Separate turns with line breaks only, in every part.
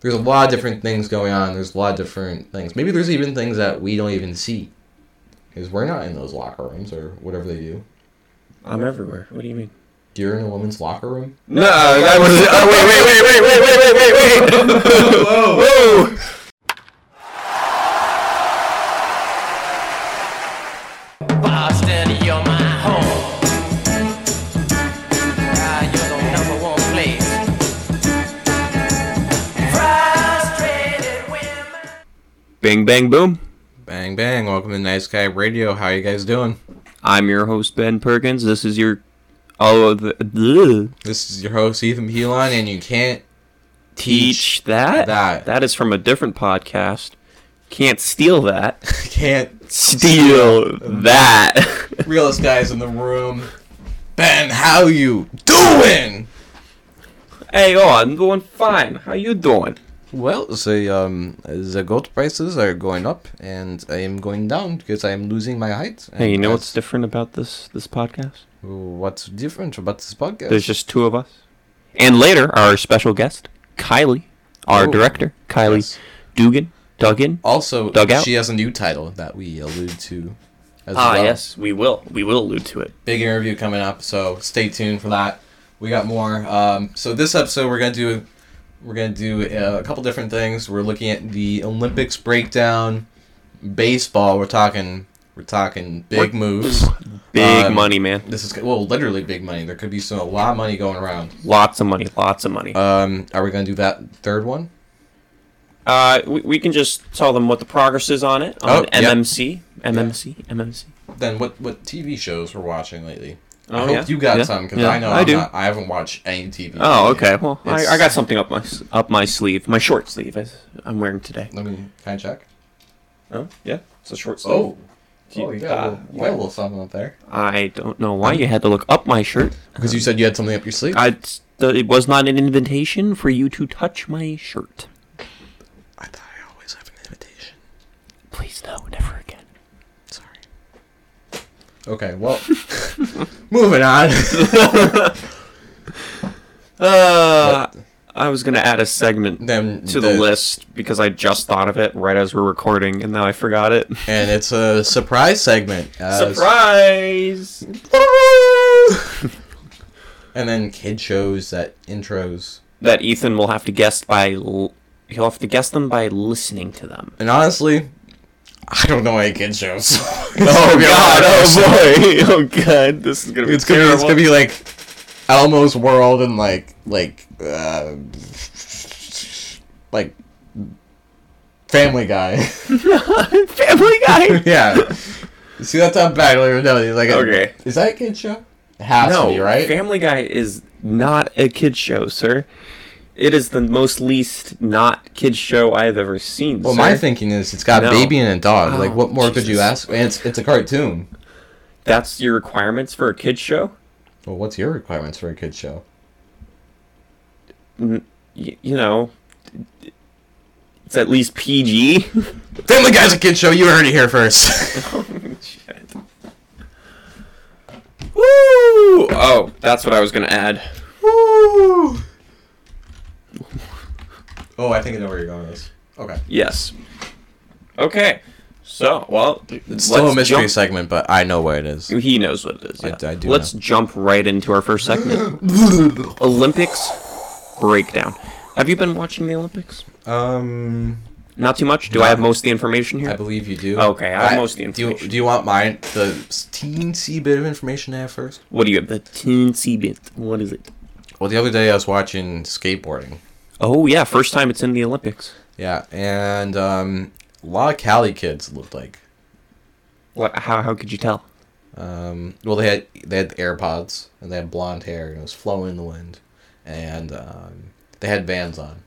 there's a lot of different things going on. There's a lot of different things. Maybe there's even things that we don't even see because we're not in those locker rooms or whatever they do.
I'm everywhere. What do you mean?
You're in a woman's locker room.
No, that was. wait, wait, wait, wait, wait, wait, wait, wait, wait. Whoa.
Boston, you're my home. Ah, you're the number one place. Frustrated women.
Bing, bang, boom.
Bang bang! Welcome to Nice Guy Radio. How you guys doing?
I'm your host, Ben Perkins. This is your. Oh, the. bleh.
This is your host Ethan Pelon, and you can't
Teach that?
that.
That is from a different podcast. Can't steal that.
can't
Steal that.
realest guys in the room. Ben, how you doing?
hey, oh, I'm doing fine. How you doing?
Well, the um the gold prices are going up, and I am going down because I am losing my height.
Hey, you know what's
what's
different about this this podcast?
what's different about this podcast?
There's just two of us. And later, our special guest, Kylie, our
Oh.
director, Kylie
Yes.
Dugan, Duggan.
also
Dugout?
she has a new title that we allude to. As
Ah,
well.
yes, we will. We will allude to it.
big interview coming up, so stay tuned for that. We got more. Um, so this episode, we're gonna do we're gonna do uh, a couple different things. We're looking at the Olympics breakdown, baseball. We're talking we're talking big moves.
Big
Um,
money, man.
This is well, literally big money. There could be some a lot of money going around.
Lots of money. Lots of money.
Um, are we gonna do that third one?
Uh, we, we can just tell them what the progress is on it
Oh,
on
yep.
MMC, MMC, MMC.
Then what what TV shows we're watching lately? I
Oh,
hope
yeah.
you got
Yeah.
some because
Yeah,
I know
I
I'm
do.
Not, I haven't watched any TV.
Oh, okay. Well, I,
It's-
I got something up my s- up my sleeve, my short sleeve. I, I'm wearing today.
Let me can I check?
Oh, yeah, it's a short sleeve.
Oh,
Do you-
oh, you
uh,
got a little- you got a little something up there.
I don't know why you had to look up my shirt.
Because you said you had something up your sleeve.
I it's- the- it was not an invitation for you to touch my shirt.
I thought I always have an invitation.
Please no, never again.
Sorry. Okay, well, moving on.
Uh, I was gonna add a segment
Then
to the, list because I just thought of it right as we're recording, and now I forgot it.
and it's a surprise segment. Uh,
Surprise!
And then kid shows that intros.
that Ethan will have to guess by l- he'll have to guess them by listening to them.
And honestly, I don't know any kid shows. oh
Oh boy! Oh god! This is gonna be
It's gonna be, it's gonna be like Elmo's World and like like uh, like Family Guy.
Family Guy.
yeah. See, that's how bad I don't even know. It's Like,
Okay.
Is that a kid show? It has to be, right?
Family Guy is not a kid show, sir. It is the most least not kid show I've ever seen.
well,
sir.
my thinking is it's got a
No.
baby and a dog. like,
Oh,
what more could you
Jesus.
ask? And it's it's a cartoon.
that's your requirements for a kid show.
Well, what's your requirements for a kid show?
Y- you know, it's at least PG.
Family Guy's a kid show. You heard it here first.
Shit. Woo! Oh, that's what I was gonna add.
Woo! Oh, I think I know where you're going with this. Okay.
Yes. Okay. So, well,
It's still
let's
a mystery
jump-
segment, but I know where it is.
He knows what it is.
I-
yeah.
I do
Let's
know.
jump right into our first segment. Olympics breakdown. Have you been watching the Olympics?
Um,
Not too much. Do I have most of the information here?
I believe you do.
Okay, I have most of the
Do you,
information.
do you want mine? The teensy bit of information I have first.
what do you have? The teensy bit. What is it?
Well, the other day I was watching skateboarding.
Oh yeah, first time it's in the Olympics.
Yeah, and um, a lot of Cali kids it looked like.
What? How? How could you tell?
Um, well, they had they had AirPods and they had blonde hair and it was flowing in the wind, and um, they had Vans on,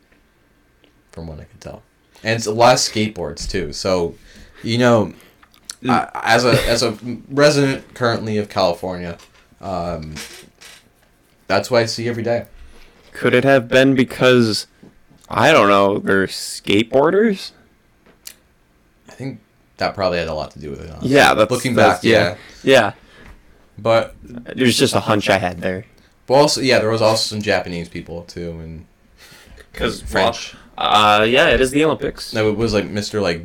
from what I could tell, and it's a lot of skateboards too. So, you know,
Mm.
I, as a as a resident currently of California, um, that's what I see every day.
Could it have been because I don't know? They're skateboarders.
I think that probably had a lot to do with it. Honestly.
Yeah, that's
looking
that's-
back, yeah.
yeah,
But
yeah. There's just a hunch I had there.
But also, yeah, there was also some Japanese people too, and
Because
French.
Uh, yeah, it is the Olympics.
No, it was like Mr. like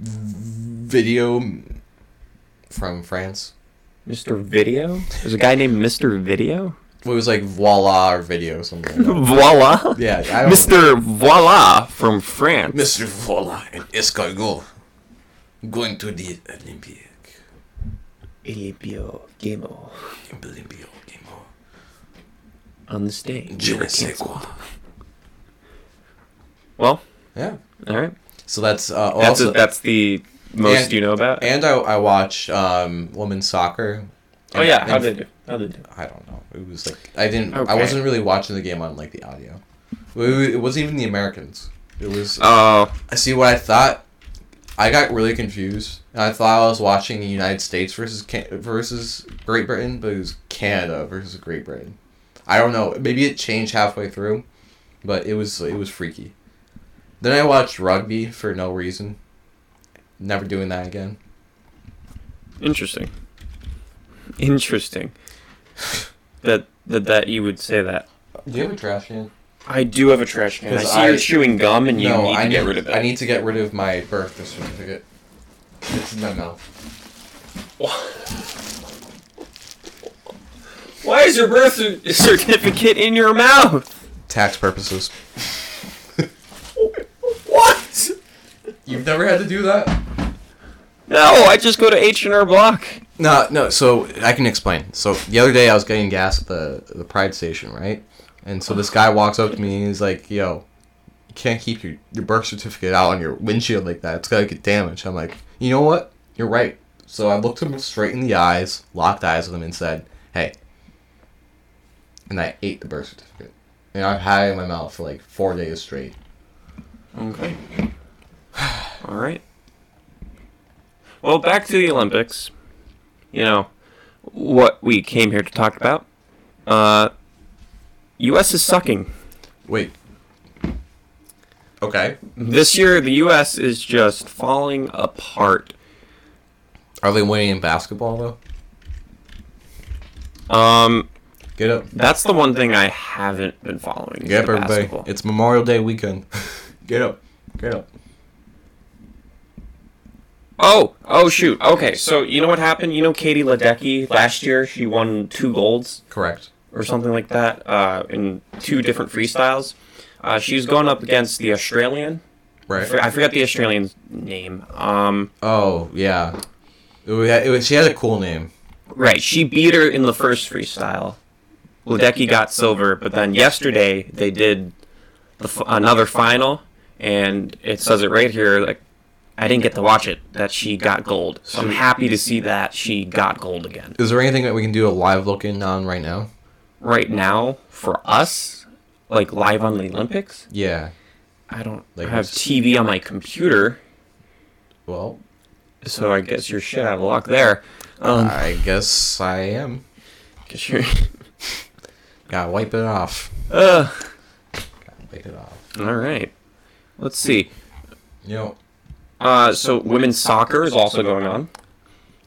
video from France.
Mr. Video? There's a guy named Mr. Video?
It was like voila or video or something. Like
Voila!
that. Yeah, I don't
Mr. Voila from France.
Mr. Voila and Escargot going to the Olympic.
Elipio Gemo
Olympio game on.
on the stage.
Je ne sais quoi.
Well,
Yeah.
all right.
So that's uh,
That's
also
a, that's the most
And-
you know about.
and I I watch um women's soccer.
oh yeah, how
And-
did it? How did it?
I don't know. It was like I didn't. I
Okay.
wasn't really watching the game on like the audio. It it wasn't even the Americans. It was
Oh,
I see what I thought. I got really confused. And I thought I was watching the United States versus Can- versus Great Britain, but it was Canada versus Great Britain. I don't know. Maybe it changed halfway through, but it was it was freaky. Then I watched rugby for no reason. Never doing that again.
interesting. Interesting. that that that you would say that.
Do you have a trash can?
I do have a trash can. I
'Cause
see
I-
you're chewing gum, and you
no,
need to
I need
get rid of it.
I need to get rid of my birth certificate. It's in my mouth.
Why is your birth cer- certificate in your mouth?
Tax purposes.
What?
You've never had to do that?
No, I just go to H and R Block.
No, no. So I can explain. So the other day I was getting gas at the the Pride station, right? And so this guy walks up to me and he's like, "Yo, you can't keep your your birth certificate out on your windshield like that. It's gonna get damaged." I'm like, "You know what? You're right." So I looked him straight in the eyes, locked eyes with him, and said, "Hey." And I ate the birth certificate, and I've had it in my mouth for like four days straight.
Okay. All right. Well, back to the Olympics. You know, what we came here to talk about. Uh, U.S. is sucking.
Wait. Okay.
This year, the U.S. is just falling apart.
Are they winning in basketball though?
Um,
Get up.
that's the one thing I haven't been following. is
Get up,
the
everybody.
basketball.
It's Memorial Day weekend. Get up. Get up.
Oh, oh shoot. Okay, so you know what happened? You know Katie Ledecky last year? She won two golds
Correct.
or something like that uh, in two different freestyles. Uh, she was going up against the Australian. I
Right.
for- I forgot the Australian's name. Um,
Oh, yeah. It wa- it was- she had a cool name.
right, she beat her in the first freestyle. Ledecky got silver, but then yesterday they did the f- another final, and it says it right here. Like, I didn't get to watch it. That she got gold. So I'm happy to see that she got gold again.
Is there anything that we can do a live look in on right now?
right now for us, like live on the Olympics.
Yeah.
I don't
Like
have
this.
TV on my computer,
Well,
so I guess you're shit out of luck there. Um,
I guess I am.
guess you're,
Gotta wipe it off.
uh,
Gotta wipe it off.
all right. Let's see.
You know,
Uh, so women's soccer is also going on.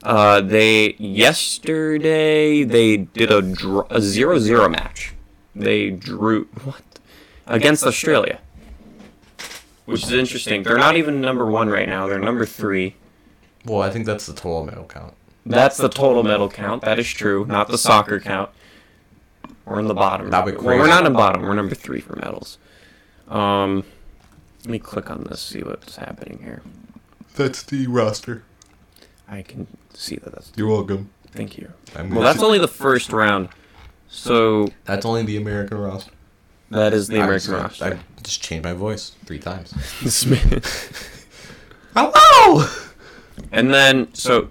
Uh, they yesterday they did a dr- a zero zero match. They drew what against Australia, which is interesting. They're not even number one right now. They're number three.
well, I think that's the total medal count.
That's the total medal count. That is true. Not the soccer count. We're in the bottom.
That'd be
Well, we're
crazy.
not in bottom. We're number three for medals. Um, let me click on this. See what's happening here.
That's the roster.
I can see that. That's
You're welcome.
thank you.
I'm
Well, that's only the first round. So
that's only the American roster.
that is the
I'm
American
sorry,
roster.
I just changed my voice three times.
Hello. And then so,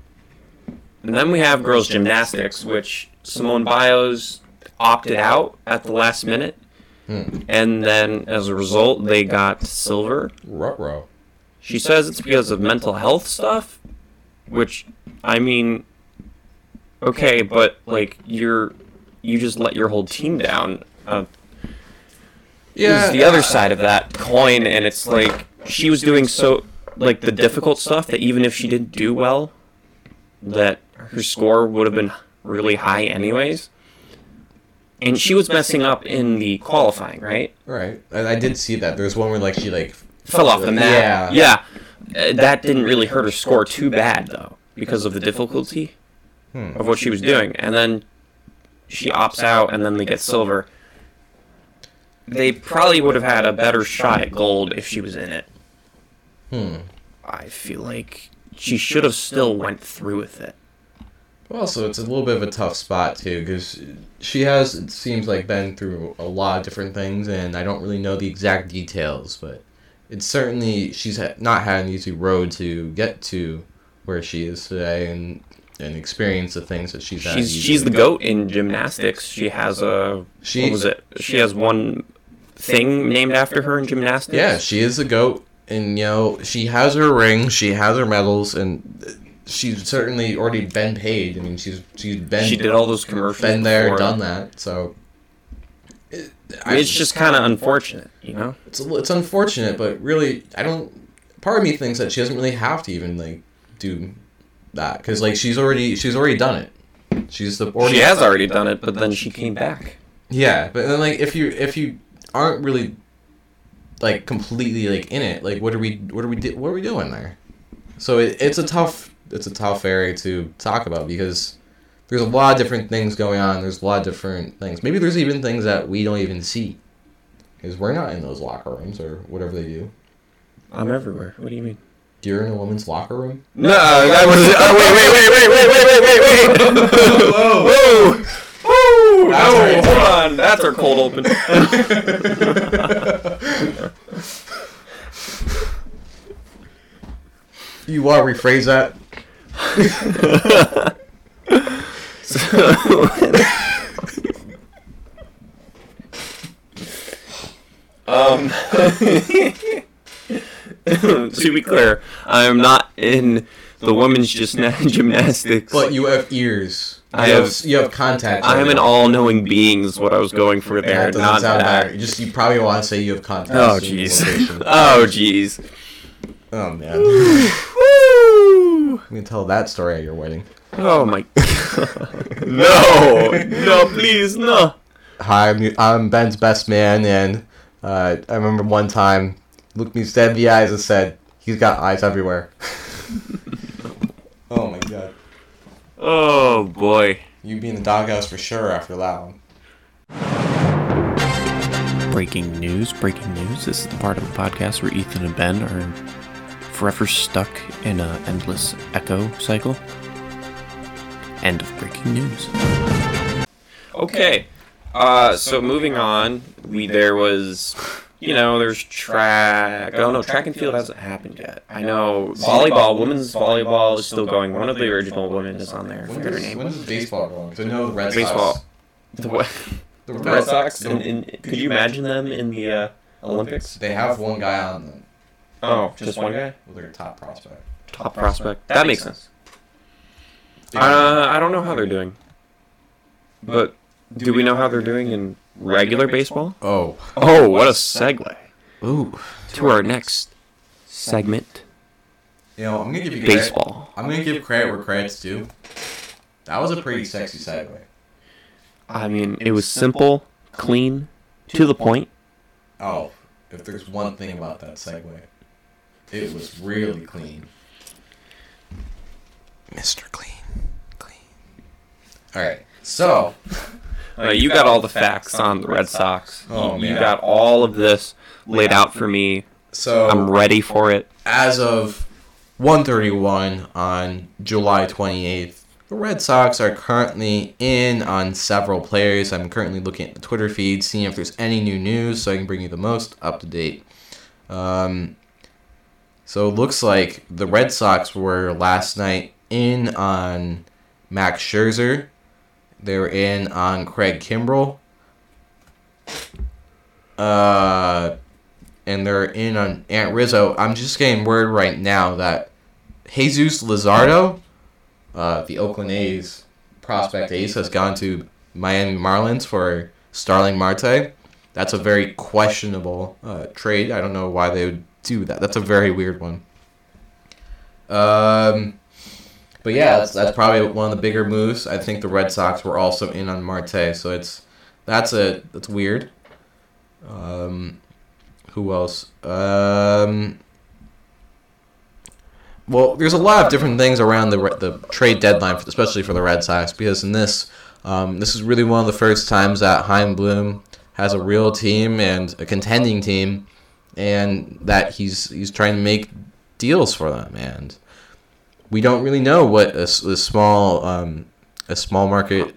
and then we have girls gymnastics, which Simone Biles opted out at the last minute, and then as a result, they got silver.
Ruh row.
She says it's because of mental health stuff, which I mean, okay, but like you're you just let your whole team down. Uh, yeah, the other side of that coin, and it's like she was doing so like the difficult stuff that even if she didn't do well, that her score would have been really high anyways. and she was messing up in the qualifying, right?
Right. I, I did see that. There's one where like she like
Fell off the map.
Yeah.
Yeah. Uh, that didn't really hurt her score too bad though, because of the difficulty
Hmm.
of what she was doing. And then she opts out, and then they get silver. They probably would have had a better shot at gold if she was in it.
Hmm.
I feel like she should have still went through with it.
Well, so it's a little bit of a tough spot too, because she has it seems like been through a lot of different things, and I don't really know the exact details, but it's certainly she's ha- not had an easy road to get to where she is today, and and experience the things that she's had.
She's
easy.
she's the goat in gymnastics. She has a
She-
she, what was it? She has one thing named after her in gymnastics.
Yeah, she is the goat, and you know she has her ring, she has her medals, and she's certainly already been paid. I mean, she's she's been
she did all those commercials.
been there,
before.
done that. So it, I,
It's just kind of unfortunate, you know.
it's a li- it's unfortunate, but really, I don't. Part of me thinks that she doesn't really have to even like do that because like she's already she's already done it. She's the already
She has already done it, but then she came back.
Yeah, but then like if you if you aren't really like completely like in it, like what are we what are we do, what are we doing there? So it, it's a tough it's a tough area to talk about because there's a lot of different things going on. There's a lot of different things. Maybe there's even things that we don't even see because we're not in those locker rooms or whatever they do.
I'm everywhere. What do you mean?
You're in a woman's locker room.
No, that was. Oh wait, wait, wait, wait, wait, wait, wait, wait, wait. Whoa, whoa, whoa!
That's
No,
right.
hold on. That's our cold open.
You want to rephrase that?
Um, to be clear, I am not in the women's just gymnastics.
But you have ears.
I
you
have-
you have contacts.
I am an all-knowing being. Is what I was going for there.
That doesn't
Not
sound
that.
bad. You Just you probably want to say you have contacts.
Oh
in the
jeez.
location.
oh jeez.
Oh man.
Woo!
You can tell that story at your wedding.
Oh my. no, no, please, no.
Hi, I'm, I'm Ben's best man, and uh, I remember one time looked me dead in the eyes and said, "He's got eyes everywhere." oh my god!
Oh boy.
You'd be in the doghouse for sure after that one.
Breaking news, breaking news. This is the part of the podcast where Ethan and Ben are forever stuck in an endless echo cycle. End of breaking news.
Okay. Uh, so moving on, we there was, you know, there's track. Oh no, track and field hasn't happened yet. I know volleyball, women's volleyball is still going. One of the original women is on there. I forget her name.
does baseball go on? 'Cause I know the Red
Baseball.
Sox.
The wa-
The
the Red Sox. In, in, could you imagine them in the uh, Olympics?
They have one guy on them.
Oh, just one guy.
Well, their top prospect.
Top prospect. That makes sense. Uh, I don't know how they're doing. But do we know how they're doing in regular baseball?
oh.
Oh, what a segue
Ooh.
to our next segment
You know, I'm gonna give you credit-
baseball.
I'm gonna give credit where credit's due. That was a pretty sexy segue.
I mean, it was simple, clean, to the point.
Oh, if there's one thing about that segue, it was really clean. Mr. Clean. Clean. Alright, so.
Uh, you got all the facts on the Red Sox.
Oh,
you
man.
got all of this laid out for me.
So,
I'm ready for it.
as of 131 on July 28th, the Red Sox are currently in on several players. I'm currently looking at the Twitter feed, seeing if there's any new news so I can bring you the most up to date. Um, so it looks like the Red Sox were last night in on Max Scherzer. They were in on Craig Kimbrell. Uh, and they're in on Aunt Rizzo. I'm just getting word right now that Jesus Lizardo, uh, the Oakland A's prospect ace, has gone to Miami Marlins for Starling Marte. That's a very questionable uh, trade. I don't know why they would do that. That's a very weird one. Um, but yeah, that's, that's probably one of the bigger moves. I think the Red Sox were also in on Marte, so it's That's it. That's weird. Um, who else? Um, well, there's a lot of different things around the re- the trade deadline, especially for the Red Sox, because in this, um, this is really one of the first times that Heim Bloom has a real team and a contending team, and that he's he's trying to make deals for them, and we don't really know what a, s- a small um, a small market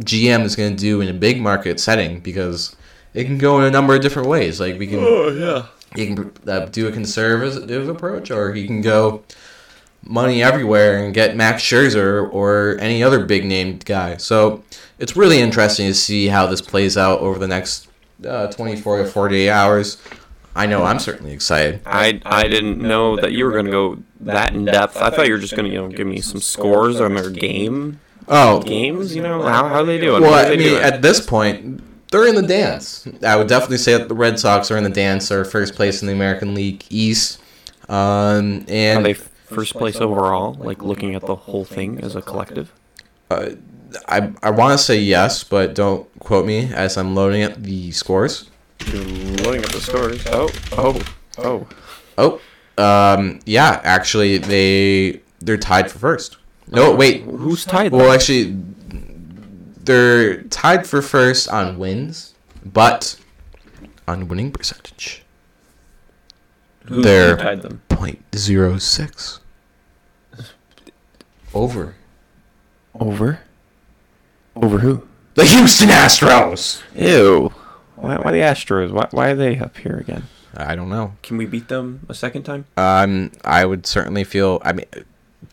GM is going to do in a big market setting because it can go in a number of different ways. Like we can, oh yeah, he can uh, do a conservative approach, or he can go money everywhere and get Max Scherzer or any other big named guy. So it's really interesting to see how this plays out over the next uh, 24 to 48 hours. I know I'm certainly excited.
I I didn't know that you were gonna go that in depth. I thought you were just gonna you know give me some scores on their game
Oh,
games. You know how how are they doing? What
Well,
are
I
they
mean,
doing?
at this point, they're in the dance. I would definitely say that the Red Sox are in the dance. They're first place in the American League East. Um,
are they
and
first place overall? Like looking at the whole thing as a collective.
I, I want to say yes, but don't quote me as I'm loading up the scores.
You're loading up the scores. Oh oh oh.
Oh, um, yeah, actually, they they're tied for first. No, wait.
Who's tied?
Well, actually, they're tied for first on wins, but on winning percentage.
Who
They're-
tied them?
point zero six. Over
Over? Over who?
the Houston Astros.
Ew. Why, why the Astros? Why, why are they up here again?
I don't know.
Can we beat them a second time?
Um, I would certainly feel. I mean,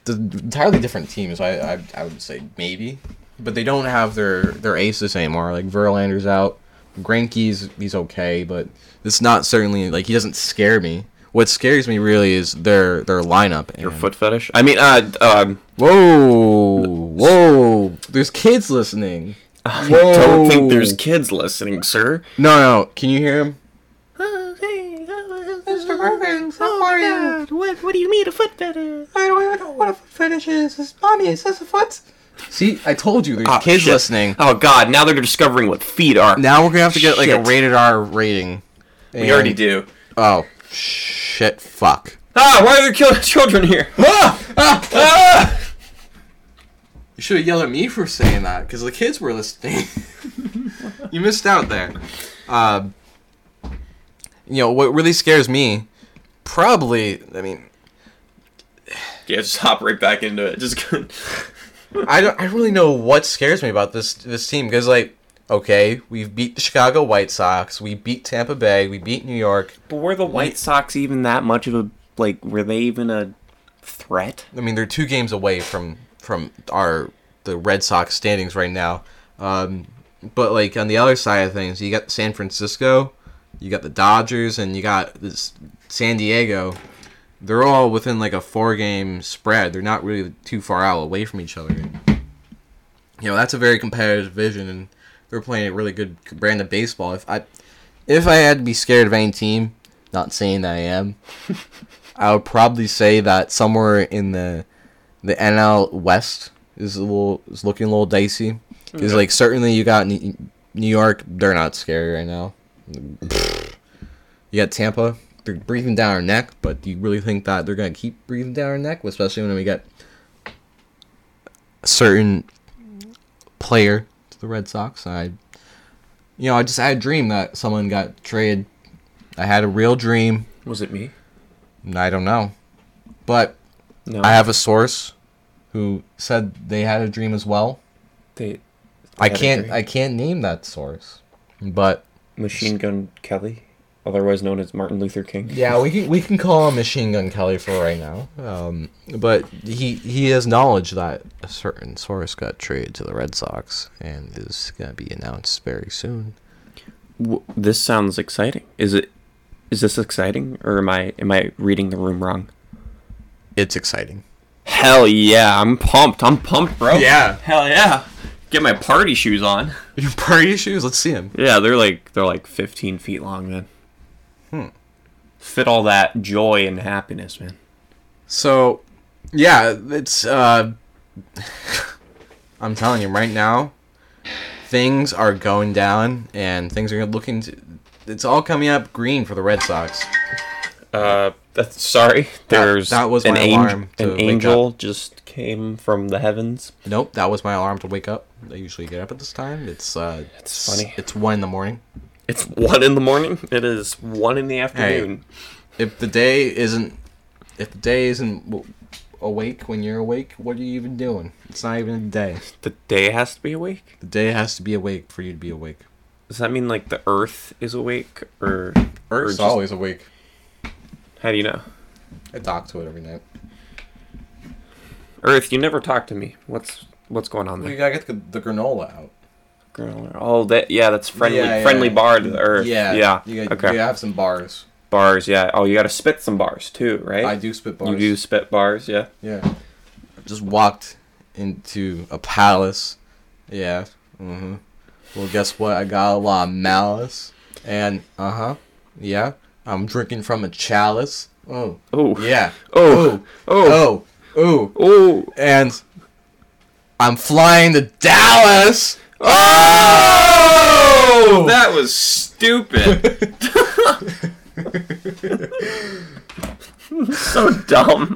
the entirely different teams. I, I I would say maybe, but they don't have their their aces anymore. Like Verlander's out. Granke's he's okay, but it's not certainly like he doesn't scare me. What scares me really is their their lineup. And,
Your foot fetish? I mean, uh, d- um,
Whoa, whoa! There's kids listening. I Oh.
don't think there's kids listening, sir.
No, no. Can you hear him?
Mr. Perkins, how are you?
Oh What, what do you mean a foot fetish?
I don't even know what a foot fetish is. Is mommy, is this a foot?
See, I told you there's
Oh,
kids
shit.
listening.
Oh God! Now they're discovering what feet are.
Ah, Now we're gonna have to get like a
Shit.
rated R rating.
we already do.
Oh shit! Fuck.
Ah! Why are there kill- children here?
You should have yelled at me for saying that because the kids were listening. you missed out there. Um, you know what really scares me? Probably. I mean,
Yeah, just hop right back into it. Just go-
I don't. I don't really know what scares me about this this team because like. Okay, we've beat the Chicago White Sox, we beat Tampa Bay, we beat New York.
but were the White Sox even that much of a like? Were they even a threat?
I mean, they're two games away from from our the Red Sox standings right now. Um, but like on the other side of things, you got San Francisco, you got the Dodgers, and you got this San Diego. They're all within like a four game spread. They're not really too far out away from each other. You know, that's a very competitive division, and they're playing a really good brand of baseball. If I if I had to be scared of any team, not saying that I am, I would probably say that somewhere in the the NL West is a little is looking a little dicey. Because like certainly you got New New York, they're not scary right now. You got Tampa, they're breathing down our neck. But do you really think that they're gonna keep breathing down our neck, especially when we get a certain player to the Red Sox? I, you know, I just had a dream that someone got traded. I had a real dream.
Was it me?
I don't know. But
No.
I have a source who said they had a dream as well.
the
I
had a
can't
dream.
I can't name that source. But
Machine Gun Kelly, otherwise known as Martin Luther King.
yeah, we can we can call him Machine Gun Kelly for right now. Um, but he he has knowledge that a certain source got traded to the Red Sox and is going to be announced very soon.
W- this sounds exciting. Is it? Is this exciting, or am I am I reading the room wrong?
It's exciting.
Hell yeah! I'm pumped. I'm pumped, bro.
Yeah.
Hell yeah! Get my party shoes on.
Your party issues? Let's see him.
Yeah, they're like they're like 15 feet long, man. Hmm. Fit all that joy and happiness, man.
So, yeah, it's. Uh, I'm telling you right now, things are going down, and things are looking. To, it's all coming up green for the Red Sox.
Uh, that's sorry. There's
that was
an,
my
ang-
alarm to
an
wake
angel just came from the heavens.
Nope, that was my alarm to wake up. I usually get up at this time. It's uh, it's
funny.
It's one in the morning.
It's one in the morning. It is one in the afternoon.
If the day isn't, if the day isn't w- awake when you're awake, what are you even doing? It's not even a day.
The day has to be awake.
The day has to be awake for you to be awake.
Does that mean like the Earth is awake, or or
Earth's
just-
always awake.
How do you know?
I talk to it every night.
Earth, you never talk to me. What's what's going on
We
there?
gotta get the, the granola out.
Granola. Oh, that yeah, that's friendly
Yeah, yeah.
friendly bar to the Earth.
Yeah,
yeah.
You gotta,
okay,
you have some bars.
bars. Yeah. Oh, you got to spit some bars too, right?
I do spit bars.
You do spit bars. Yeah.
Yeah. Just walked into a palace. Yeah. Mm-hmm. Well, guess what? I got a lot of malice. And, uh huh. Yeah. I'm drinking from a chalice. Oh.
Oh.
Yeah.
Oh. Oh.
Oh. Oh.
Oh. Oh.
And I'm flying to Dallas.
That was stupid. so dumb.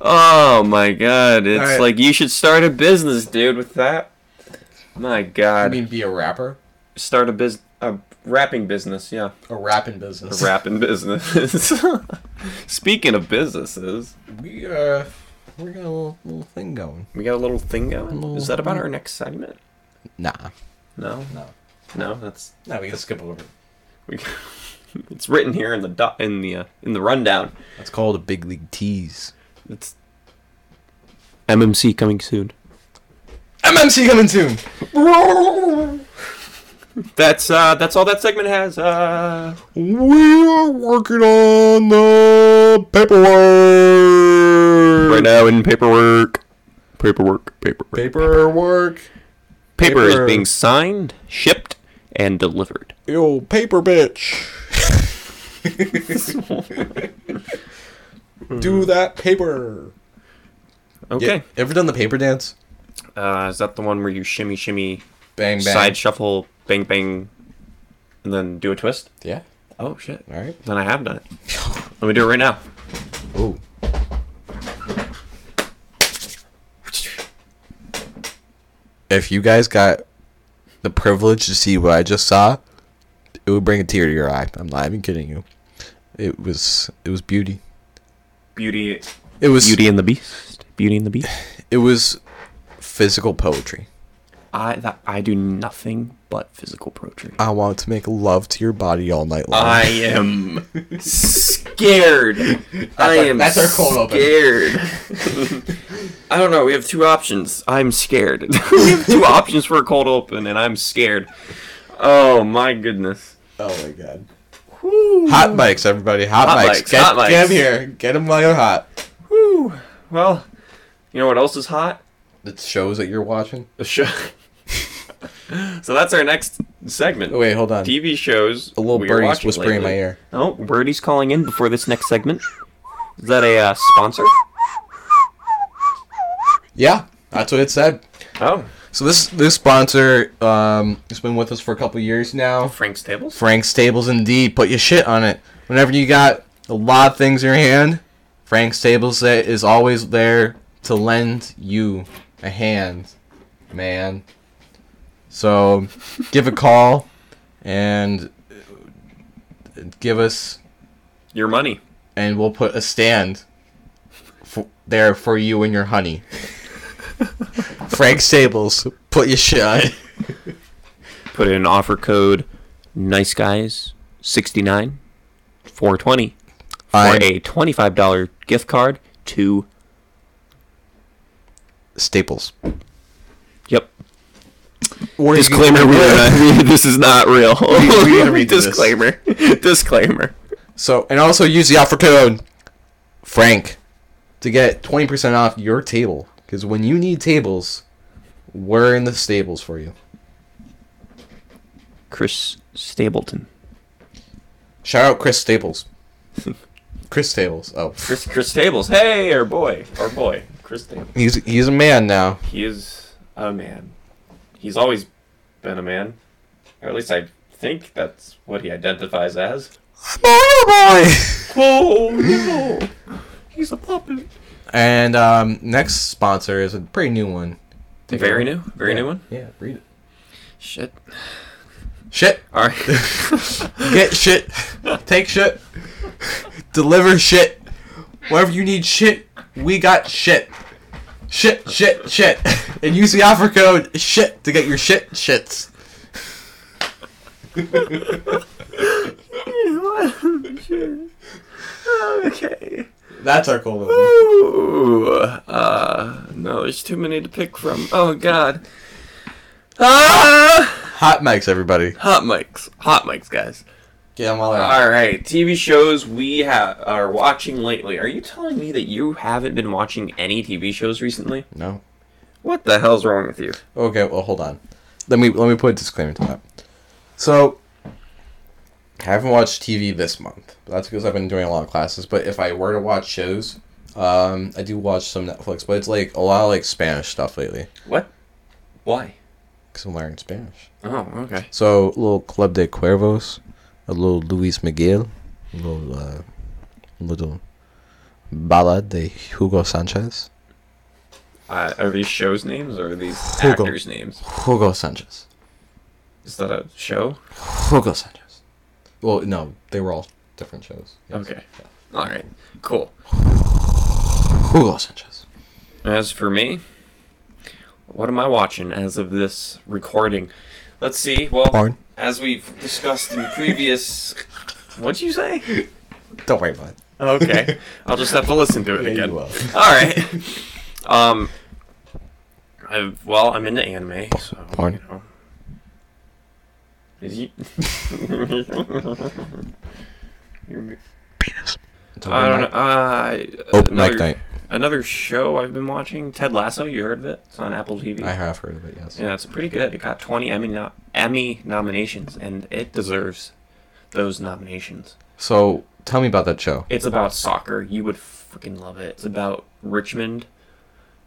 oh my god. It's
Alright.
like you should start a business, dude, with that. My
I
god.
mean, be a rapper.
start a biz a rapping business, yeah.
A rapping
A
business.
rapping business. Speaking of businesses,
We, uh, we got a little, little thing going.
we got a little thing going. Is that about our next segment?
Nah.
No.
No.
No, that's
No, we can skip over.
We, it's written here in the do- in the uh, in the rundown.
That's called a big league tease.
It's MMC coming soon.
MMC coming soon.
That's uh, that's all that segment has. Uh,
We are working on the paperwork.
right now in paperwork, paperwork, paperwork.
Paperwork.
Paper
paper.
is being signed, shipped, and delivered.
Yo, paper bitch. Do that paper.
Okay.
Ever done the paper dance?
Uh, is that the one where you shimmy, shimmy,
Bang bang.
side shuffle, bang, bang, and then do a twist?
yeah.
Oh shit!
All right.
Then I have done it. Let me do it right now.
Oh. If you guys got the privilege to see what I just saw, it would bring a tear to your eye. I'm not even kidding you. It was it was beauty.
Beauty,
It was
Beauty and the Beast. Beauty and the Beast.
it was physical poetry.
I that I do nothing but physical poetry.
I want to make love to your body all night long.
I am scared. I
our-
am
that's our cold open.
scared. I don't know. We have two options. I'm scared. we have two options for a cold open, and I'm scared. Oh my goodness.
oh my god. Hot mics, everybody. Hot,
Hot
mics.
mics,
Get,
hot mics.
get 'em here. Get them while you're hot.
Whew. Well, you know what else is hot?
It shows that you're watching.
The show. so that's our next segment.
Oh, wait, hold on.
TV shows.
a little
we are
birdie's
watching
whispering in my
lately.
ear.
Oh, Birdie's calling in before this next segment. Is that a uh, sponsor?
Yeah, that's what it said.
Oh,
So this this sponsor um, has been with us for a couple years now.
Frank's Tables.
Frank's Tables indeed. Put your shit on it. Whenever you got a lot of things in your hand, Frank's Tables that is always there to lend you a hand, man. So give a call and uh, give us,
Your money.
and we'll put a stand for, there for you and your honey. Frank's Tables. Put your shit on it.
Put in offer code nice guys 69 420 for
I'm-
a $25 gift card to
Staples.
Yep.
Or you can-
Disclaimer: we are not- This is not real.
we gotta redo this.
Disclaimer. Disclaimer.
So, and also use the offer code Frank to get 20% off your table. Because when you need tables, we're in the stables for you.
Chris Stapleton.
Shout out Chris Staples. Chris Tables. Oh,
Chris Chris Tables. Hey, our boy, our boy, Chris Tables.
he's he's a man now.
He is a man. He's always been a man. Or at least I think that's what he identifies as. Oh no! He's a puppet.
And um, next sponsor is a pretty new one. Take a
Very
look.
new? Very
Yeah.
new one?
Yeah, read it.
Shit.
Shit.
Alright.
Get shit. Take shit. Deliver shit. Wherever you need shit, we got shit. Shit, shit, shit. And use the offer code shit to get your shit shits.
Oh, okay.
That's our cool one.
Ooh, uh, no, there's too many to pick from. Oh god. Ah!
Hot mics, everybody.
Hot mics. Hot mics, guys.
Get them all out.
All right, TV shows we ha- are watching lately. Are you telling me that you haven't been watching any TV shows recently?
No.
What the hell's wrong with you?
Okay, well, hold on. Let me let me put a disclaimer to that. So, I haven't watched TV this month. That's because I've been doing a lot of classes. But if I were to watch shows, um, I do watch some Netflix. But it's like a lot of like Spanish stuff lately
What? Why?
because I'm learning Spanish.
Oh, okay.
So, little Club de Cuervos, a little Luis Miguel, a little uh, little ballad de Hugo Sanchez.
Uh, are these shows' names or are these
Hugo.
actors' names?
Hugo Sanchez.
Is that a show?
Hugo Sanchez. Well, no, they were all different shows.
Okay. All right. Cool.
Hugo Sanchez.
As for me, what am I watching as of this recording? Let's see. Well,
Porn.
as we've discussed in previous. What'd you say?
Don't worry about it.
Okay. I'll just have to listen to it
Yeah, you
again.
will.
All right. Um. I've, well, I'm into anime, so
porn.
you know. Is you? I don't know. Uh,
Open
another,
mic night.
Another show I've been watching, Ted Lasso. You heard of it? It's on Apple TV.
I have heard of it, yes.
Yeah, it's pretty good. It got 20 Emmy no- Emmy nominations, and it deserves those nominations.
So tell me about that show.
It's about soccer. You would freaking love it. It's about Richmond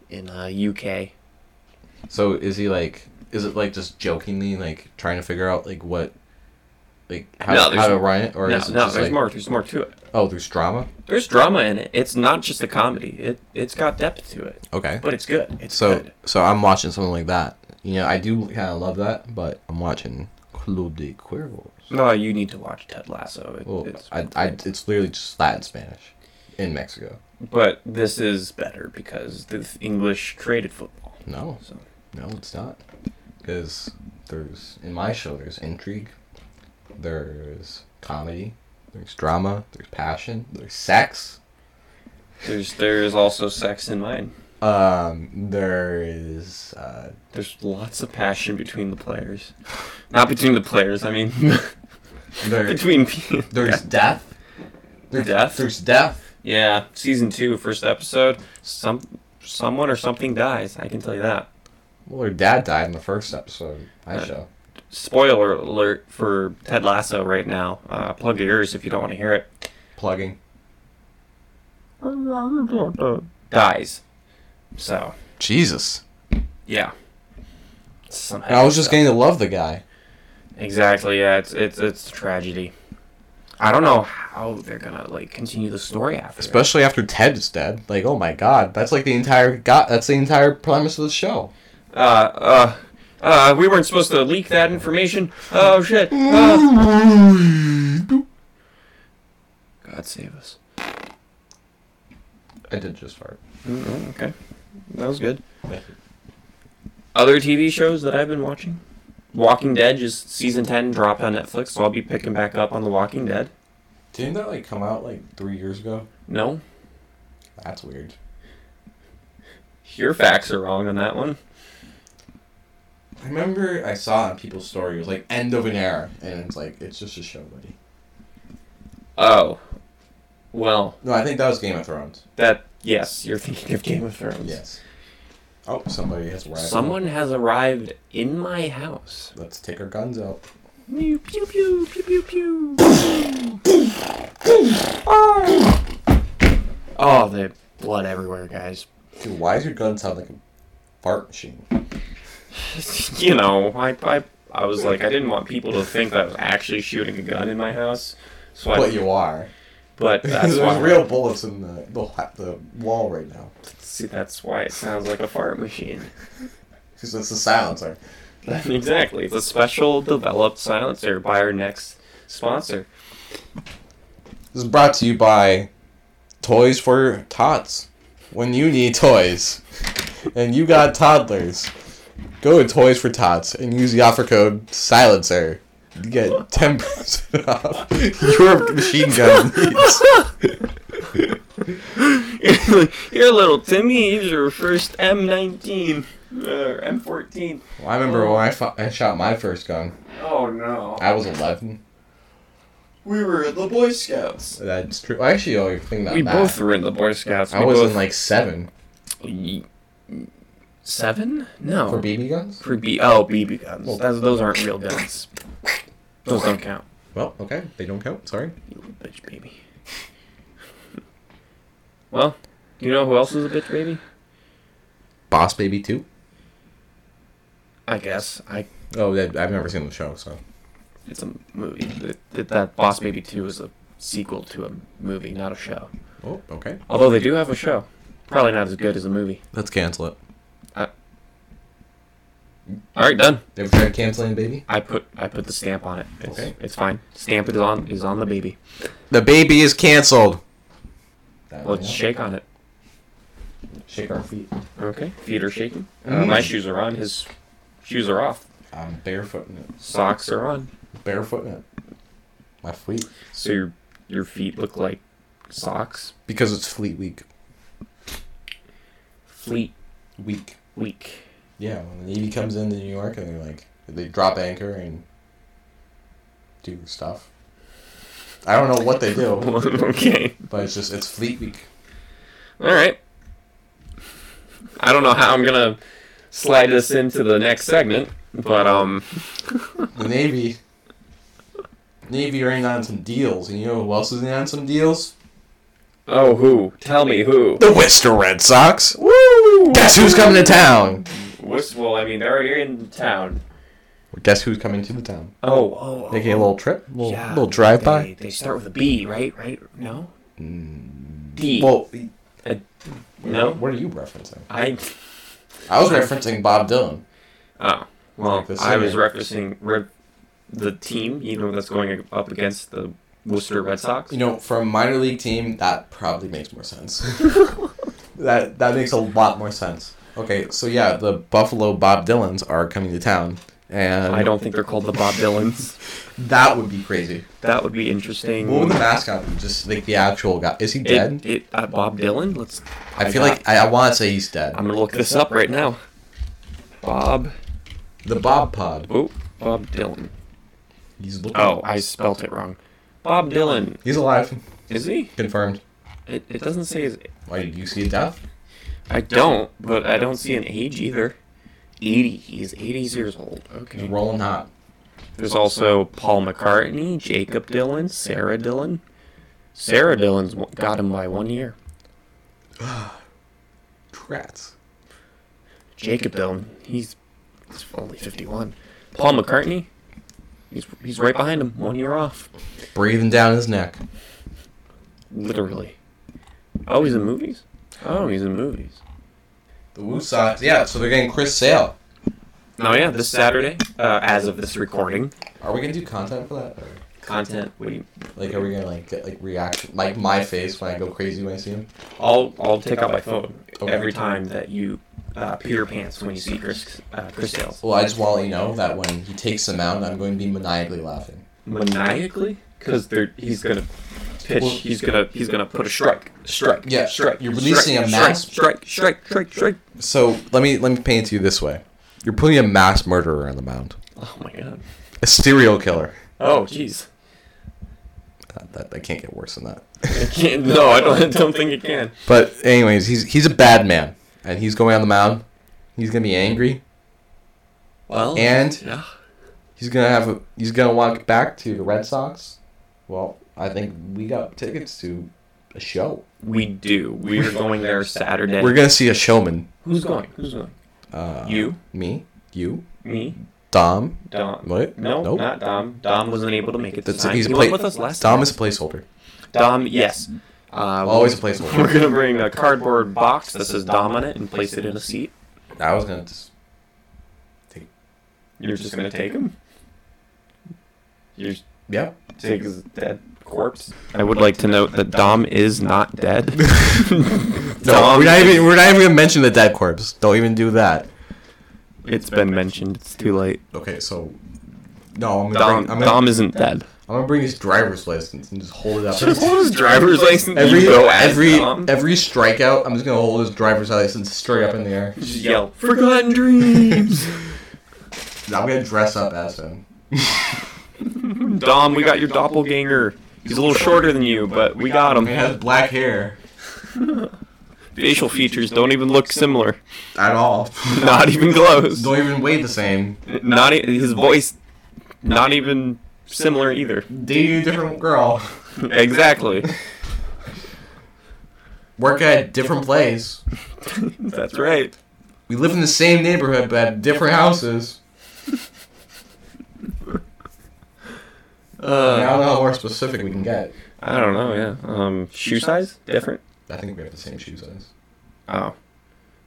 in uh, UK.
So is he like is it like just jokingly like trying to figure out like what like how,
No, there's-
how to run it or
no,
is it
no,
just
there's
like
more. There's more to it.
oh there's drama?
There's drama in it. It's not just a comedy. It it's got depth to it,
Okay.
but it's good. It's
so
good.
so I'm watching something like that. You know, I do kind of love that, but I'm watching Club de Cuervos.
No, you need to watch Ted Lasso. It,
Well,
it's,
I, I, it's literally just that in Spanish, in Mexico.
but this is better because the English created football.
No,
So
No, it's not. Because there's, in my show, there's intrigue, there's comedy, there's drama, there's passion, there's sex,
there's there's also sex in mine.
um, there's, uh,
There's lots of passion between the players. Not between the players. I mean,
there,
between pe-
there's death. There's
Death?
There's death.
Yeah, season two, first episode. Some someone or something dies. I can tell you that.
Well, her dad died in the first episode. I
Uh,
show.
Spoiler alert for Ted Lasso right now. Uh, plug your ears if you don't want to hear it.
Plugging.
Dies. So
Jesus.
yeah. Somehow.
And I was just getting to love the guy.
Exactly. Yeah. It's it's it's a tragedy. I don't know how they're gonna like continue the story after. it.
Especially after Ted is dead. Like, oh my god. That's like the entire, god, that's the entire premise of the show.
uh, uh, uh, we weren't supposed to leak that information. Oh shit! Uh. God save us.
I did just fart.
Mm, okay, that was good.
Thank you.
Other TV shows that I've been watching: Walking Dead just season ten dropped on Netflix, so I'll be picking back up on The Walking Dead.
Didn't that like come out like three years ago?
No,
That's weird.
your facts are wrong on that one.
I remember I saw on people's story it was like end of an era, and it's like it's just a show, buddy.
Oh, well,
No, I think that was Game of Thrones.
that yes, you're thinking of Game of Thrones.
Yes. Oh, somebody has arrived.
Someone has arrived in my house.
Let's take our guns out.
Pew pew pew pew pew pew. oh, the blood everywhere, guys.
Dude, why does your gun sound like a fart machine?
you know, I, I, I was like, I didn't want people to think that I was actually shooting a gun in my house. So I,
But you are.
but that's
There's
why
real bullets in the, the la- the wall right now
See, that's why it sounds like a fart machine.
because it's a silencer.
exactly, it's a special developed silencer by our next sponsor.
This is brought to you by Toys for Tots. When you need toys and you got toddlers, go to Toys for Tots and use the offer code Silencer. You get 10% off your machine gun needs.
Here, little Timmy, here's your first M19 or M14.
Well, I remember when I, fo- I shot my first gun.
Oh no,
I was 11.
we were at the Boy Scouts.
That's true. I actually always think about
We
that.
both were in the Boy Scouts.
I
We
was
both-
in like 7
Y- seven? No.
for BB guns.
For B- oh, BB guns. That's, those aren't real guns. Those don't count.
Well, okay. They don't count. Sorry.
You little bitch baby. well, you know who else is a bitch baby?
Boss Baby 2.
I guess I.
Oh, that, I've never seen the show, so.
It's a movie. That, that, that Boss Baby Two is a sequel to a movie, not a show.
Oh, okay.
Although they do have a show, probably not as good as a movie.
Let's cancel it.
All right, done.
They ever tried canceling a baby?
I put I put the stamp on it. It's,
Okay.
it's fine. Stamp is on is on the baby.
The baby is canceled.
Let's shake on it.
shake our feet.
Okay. Feet are shaking. Uh, my shoes are on. His shoes are off.
I'm barefooting it.
Socks are on.
Barefooting it. My fleet.
So your your feet look like socks.
Because it's fleet week.
Fleet
Week.
week.
Yeah, when the Navy comes into New York and they're like, they drop anchor and do stuff. I don't know what they do,
okay.
but it's just, it's fleet week.
All right. I don't know how I'm gonna slide this into the next segment, but um,
The Navy. Navy are in on some deals, and you know who else is in on some deals?
oh who? Tell me who?
The Worcester Red Sox. Woo! Guess who's coming to town?
What's well? I mean, they're already in town.
Guess who's coming to the town?
Oh, oh, oh.
They get a little trip, little,
Yeah,
little drive by.
They, they start with a B, right? Right? No.
Mm.
D.
Well,
no.
what are you referencing?
I.
I was referencing Bob Dylan.
Oh, well,
the
I was
singer.
referencing re- the team, you know, that's going up against the Worcester Red Sox.
You know, for a minor league team, that probably makes more sense. that that makes a lot more sense. Okay, so yeah, the Buffalo Bob Dylans are coming to town, and
I don't think they're called the Bob Dylans.
That would be crazy.
that would be interesting.
What would the mascot be? Just like the actual guy? Is he dead?
it, it, uh, Bob Dylan? Let's.
I feel
got-
like I, I want to say he's dead.
I'm gonna look this up right now. Bob.
The Bob Pod.
Oh, Bob Dylan.
He's looking.
Oh, I spelt it wrong. Bob Dylan.
he's alive.
Is he?
Confirmed.
It, it doesn't say his.
Why do you see a death?
I don't, but I don't see an age either. 80. He's 80 years old. Okay.
He's rolling hot.
There's also Paul McCartney, Jacob Dylan, Sarah Dylan. Sarah Dylan's w- got him by one year.
Trats.
Jacob Dylan, he's, he's only 51. Paul McCartney, he's he's right behind him, one year off,
Breathing down his neck.
literally. Oh, he's in movies. Oh, he's in movies.
The Woo Sox. Yeah, so they're getting Chris Sale.
Oh yeah, this Saturday, uh, as of this recording,
Are we gonna do content for that? Or,
content. We
like, are we gonna like get like reaction like my face when I go crazy when I see him?
I'll I'll take out my phone
Okay.
every time that you uh, pee your pants when you see Chris uh, Chris Sales.
Well, I just want to let you know that when he takes them out, I'm going to be maniacally laughing.
maniacally because they're he's gonna pitch.
Well-
he's gonna he's gonna put a strike, strike,
Yeah,
strike.
you're
strike,
releasing a
strike,
mass-
strike, strike, strike, strike.
So let me let me paint it to you this way: you're putting a mass murderer on the mound,
Oh my god.
a serial killer.
Oh jeez.
God, that that can't get worse than that.
I can't. No, I don't. I don't think it can.
But anyways, he's he's a bad man, and he's going on the mound. He's gonna be angry,
Well.
and
yeah.
he's gonna have a, he's gonna walk back to the Red Sox. Well, I think we got tickets to a show.
We do. We're going there Saturday.
We're gonna see a showman.
Who's going? Who's going?
Uh,
you,
me, You?
Me?
Dom?
Dom.
What?
No,
Nope.
not Dom. Dom wasn't able to make it this
That's
time.
he's
He
a pla-
went with us last
Dom
time.
is a placeholder.
Dom, yes. Uh,
Always a
we're-
placeholder.
We're gonna bring a cardboard box that says Dom on it and place it in a seat.
I was gonna just
You're just gonna take him? You're
yeah.
take his dead corpse. I would like to note that Dom is not dead.
No, we're not even we're not even gonna mention the dead corpse. Don't even do that.
It's been mentioned. It's too late.
Okay, so no, I'm gonna
Dom,
bring, I'm gonna,
Dom isn't dead.
I'm gonna bring his driver's license and just hold it up.
hold his driver's license.
every
you go at
every
Dom.
every strikeout, I'm just gonna hold his driver's license straight up in the air.
Just yell, "Forgotten dreams."
I'm gonna dress up as him.
Dom, we got your doppelganger. He's a little shorter than you, but we got
He has
him.
black hair
Facial features don't even look similar.
at all.
Not even close.
Don't even weigh the same.
Not e- his voice. Not even similar either.
Dating a different girl.
Exactly.
Work at different place.
That's right.
We live in the same neighborhood but at different houses. I, mean, I
Uh,
don't know how more specific we can get.
I don't know. Yeah. Um, shoe size different.
I think we have the same shoe size.
Oh.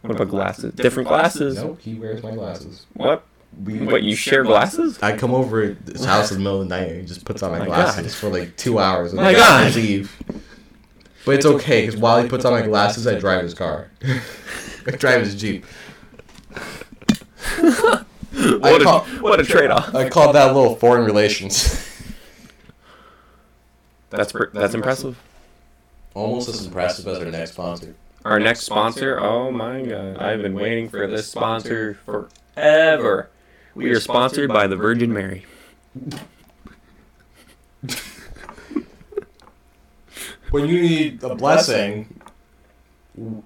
What about glasses? Different glasses.
No, he wears my glasses.
What?
We,
What? You share glasses?
I come over at his house in the middle of the night and he just puts on my,
My
glasses
God.
for like two hours. And
My
then I
God.
leave. But it's okay because while he puts on my glasses, I drive his car. I drive his Jeep. I,
What a
call,
what a trade off.
I call that a little foreign relations.
That's pr- that's impressive.
Almost as impressive as our next sponsor.
Our next sponsor. Oh my god! I've been waiting for this sponsor forever. We are sponsored by the Virgin Mary.
When you need a blessing, w-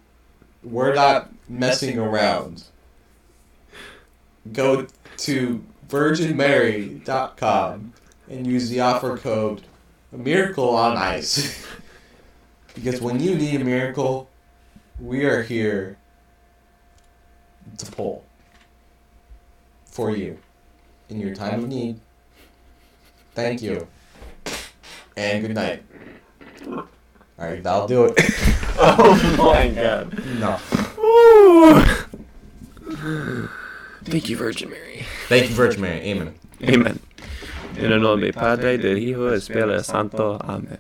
we're not messing around. Go to virginmary.com and use the offer code miracle on ice. because when you need a miracle, we are here to pull for you in your time of need. Thank you. And good night. All right, that'll do it.
Oh my god!
no.
Thank you, Virgin Mary.
Thank you, Virgin Mary. Amen.
Amen. En el nombre del Padre, del Hijo, del Espíritu Santo. Amen.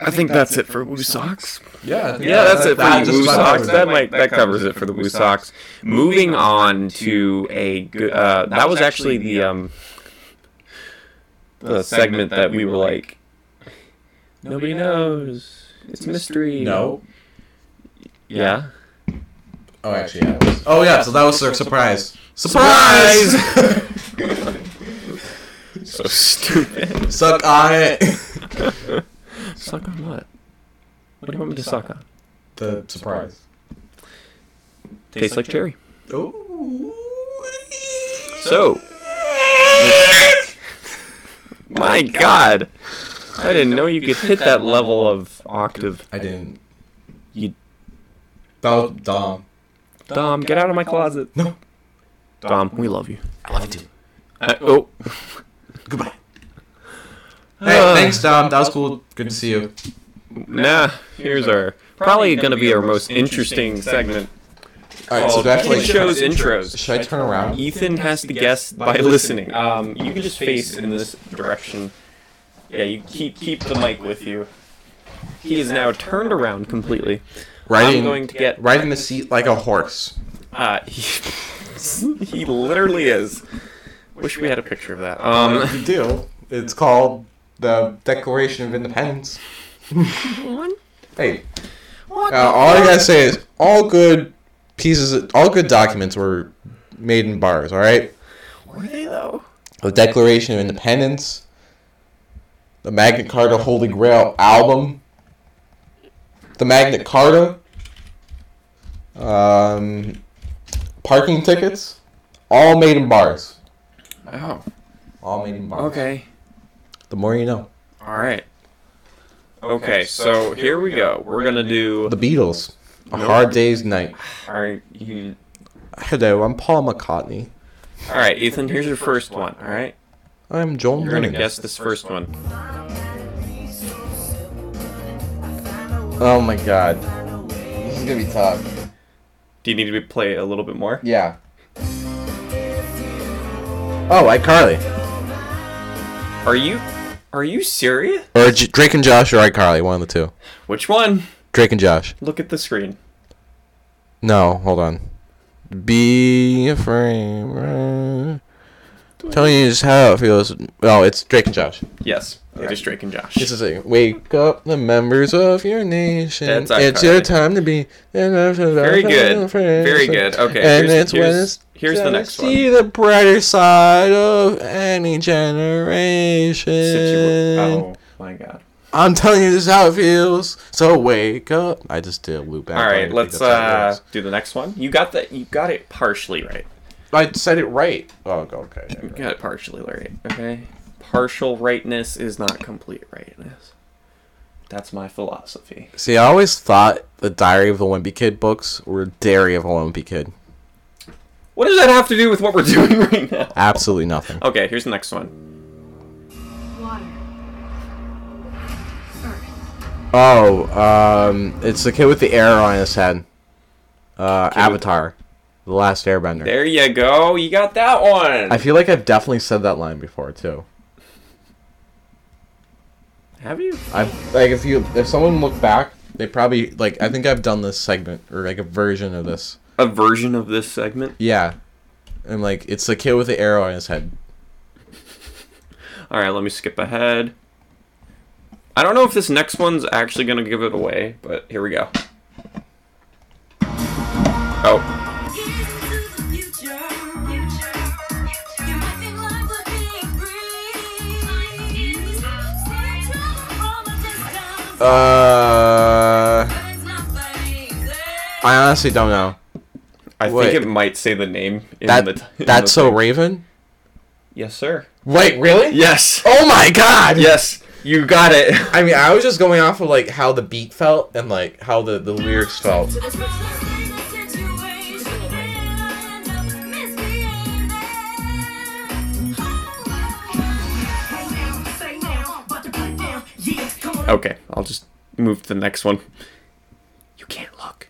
I think that's it for Woo Socks.
Yeah, I think
Yeah, that's
that-
it
that
for the
just
Woo
about
Socks.
covers it.
That might that covers it for the Woo Socks. Moving on to a good. Uh, that was actually the um the segment that we were like. Nobody knows. It's mystery.
No.
Yeah.
Oh, actually, yeah. it was- Oh, yeah. So that was their surprise. Surprise!
Surprise! So stupid.
Suck on it.
suck on what? What do you want me to suck on?
the surprise.
Tastes like cherry.
Ooh.
So. My god! I didn't know you could hit that level of octave.
I didn't.
You-
That was dumb.
Dom, get out of my closet.
No.
Dom, we love you.
I love you too.
Uh, oh.
Goodbye. Hey,
Uh.
thanks, Dom. That was cool. Good to see you.
Nah, here's our. Probably gonna be our most interesting segment.
All right, so
called
do I have to,
Kid
like,
Oh, Show's intros.
should I turn around?
Ethan has to guess by listening. Um, you can just face in this direction. Yeah, you keep keep the mic with you. He is now turned around completely.
Riding,
I'm going to get
riding the seat like a horse.
Uh, he, he literally is. Wish we had a picture of that. Um,
You do. It's called the Declaration of Independence. hey. Uh, all I gotta say is all good pieces, all good documents were made in bars. All right.
were they though?
The Declaration of Independence, the Magna Carta Holy Grail album, the Magna Carta, um, parking tickets, all made in bars.
Oh,
All made in bars.
okay.
The more you know.
All right. Okay, so here we go. We're gonna do.
The Beatles. A
Nope.
Hard Day's Night.
All right, you,
Hello, I'm Paul McCartney.
All right, Ethan, here's your first one. All right,
I'm Joel
you're gonna
Lennon.
guess this first one.
Oh my god. This is gonna be tough.
Do you need to be- play a little bit more?
Yeah. Oh, iCarly.
Are you are you serious?
Or J- Drake and Josh or iCarly, one of the two.
Which one?
Drake and Josh.
Look at the screen.
No, hold on. Be afraid. Telling you just how it feels. Oh, it's Drake and Josh.
Yes, it is Drake and Josh.
This is it. Wake up the members of your nation.
That's
it's your
iCarly.
time to be. Very
Very good. Very good. Okay.
And
here's,
it's when
here's-
it's
here's the
time to
next one.
See the brighter side of any generation.
Situa- oh my god.
I'm telling you this is how it feels. So wake up. I just did a loop.
All right, let's uh, do the next one. You got the you got it partially right.
I said it right. Oh, okay.
You got it partially right. Okay. Partial rightness is not complete rightness. That's my philosophy.
See, I always thought the Diary of a Wimpy Kid books were Diary of a Wimpy Kid.
What does that have to do with what we're doing right now?
Absolutely nothing.
Okay, here's the next one.
Water. Earth.
Oh, um, it's the kid with the arrow on his head. Uh, Avatar, the Last Airbender.
There you go. You got that one.
I feel like I've definitely said that line before too.
Have you?
I've like if you if someone look back, they probably like I think I've done this segment or like a version of this.
A version of this segment.
Yeah, and like it's the kid with the arrow on his head.
All right, let me skip ahead. I don't know if this next one's actually going to give it away, but here we go. Oh,
Uh, I honestly don't know.
I
Wait.
think it might say the name in
That
the t- in
that's
the
so
thing.
Raven.
Yes, sir.
Wait, really?
Yes.
Oh my god.
Yes, you got it.
I mean, I was just going off of like how the beat felt and like how the the lyrics felt.
Okay, I'll just move to the next one. You can't look.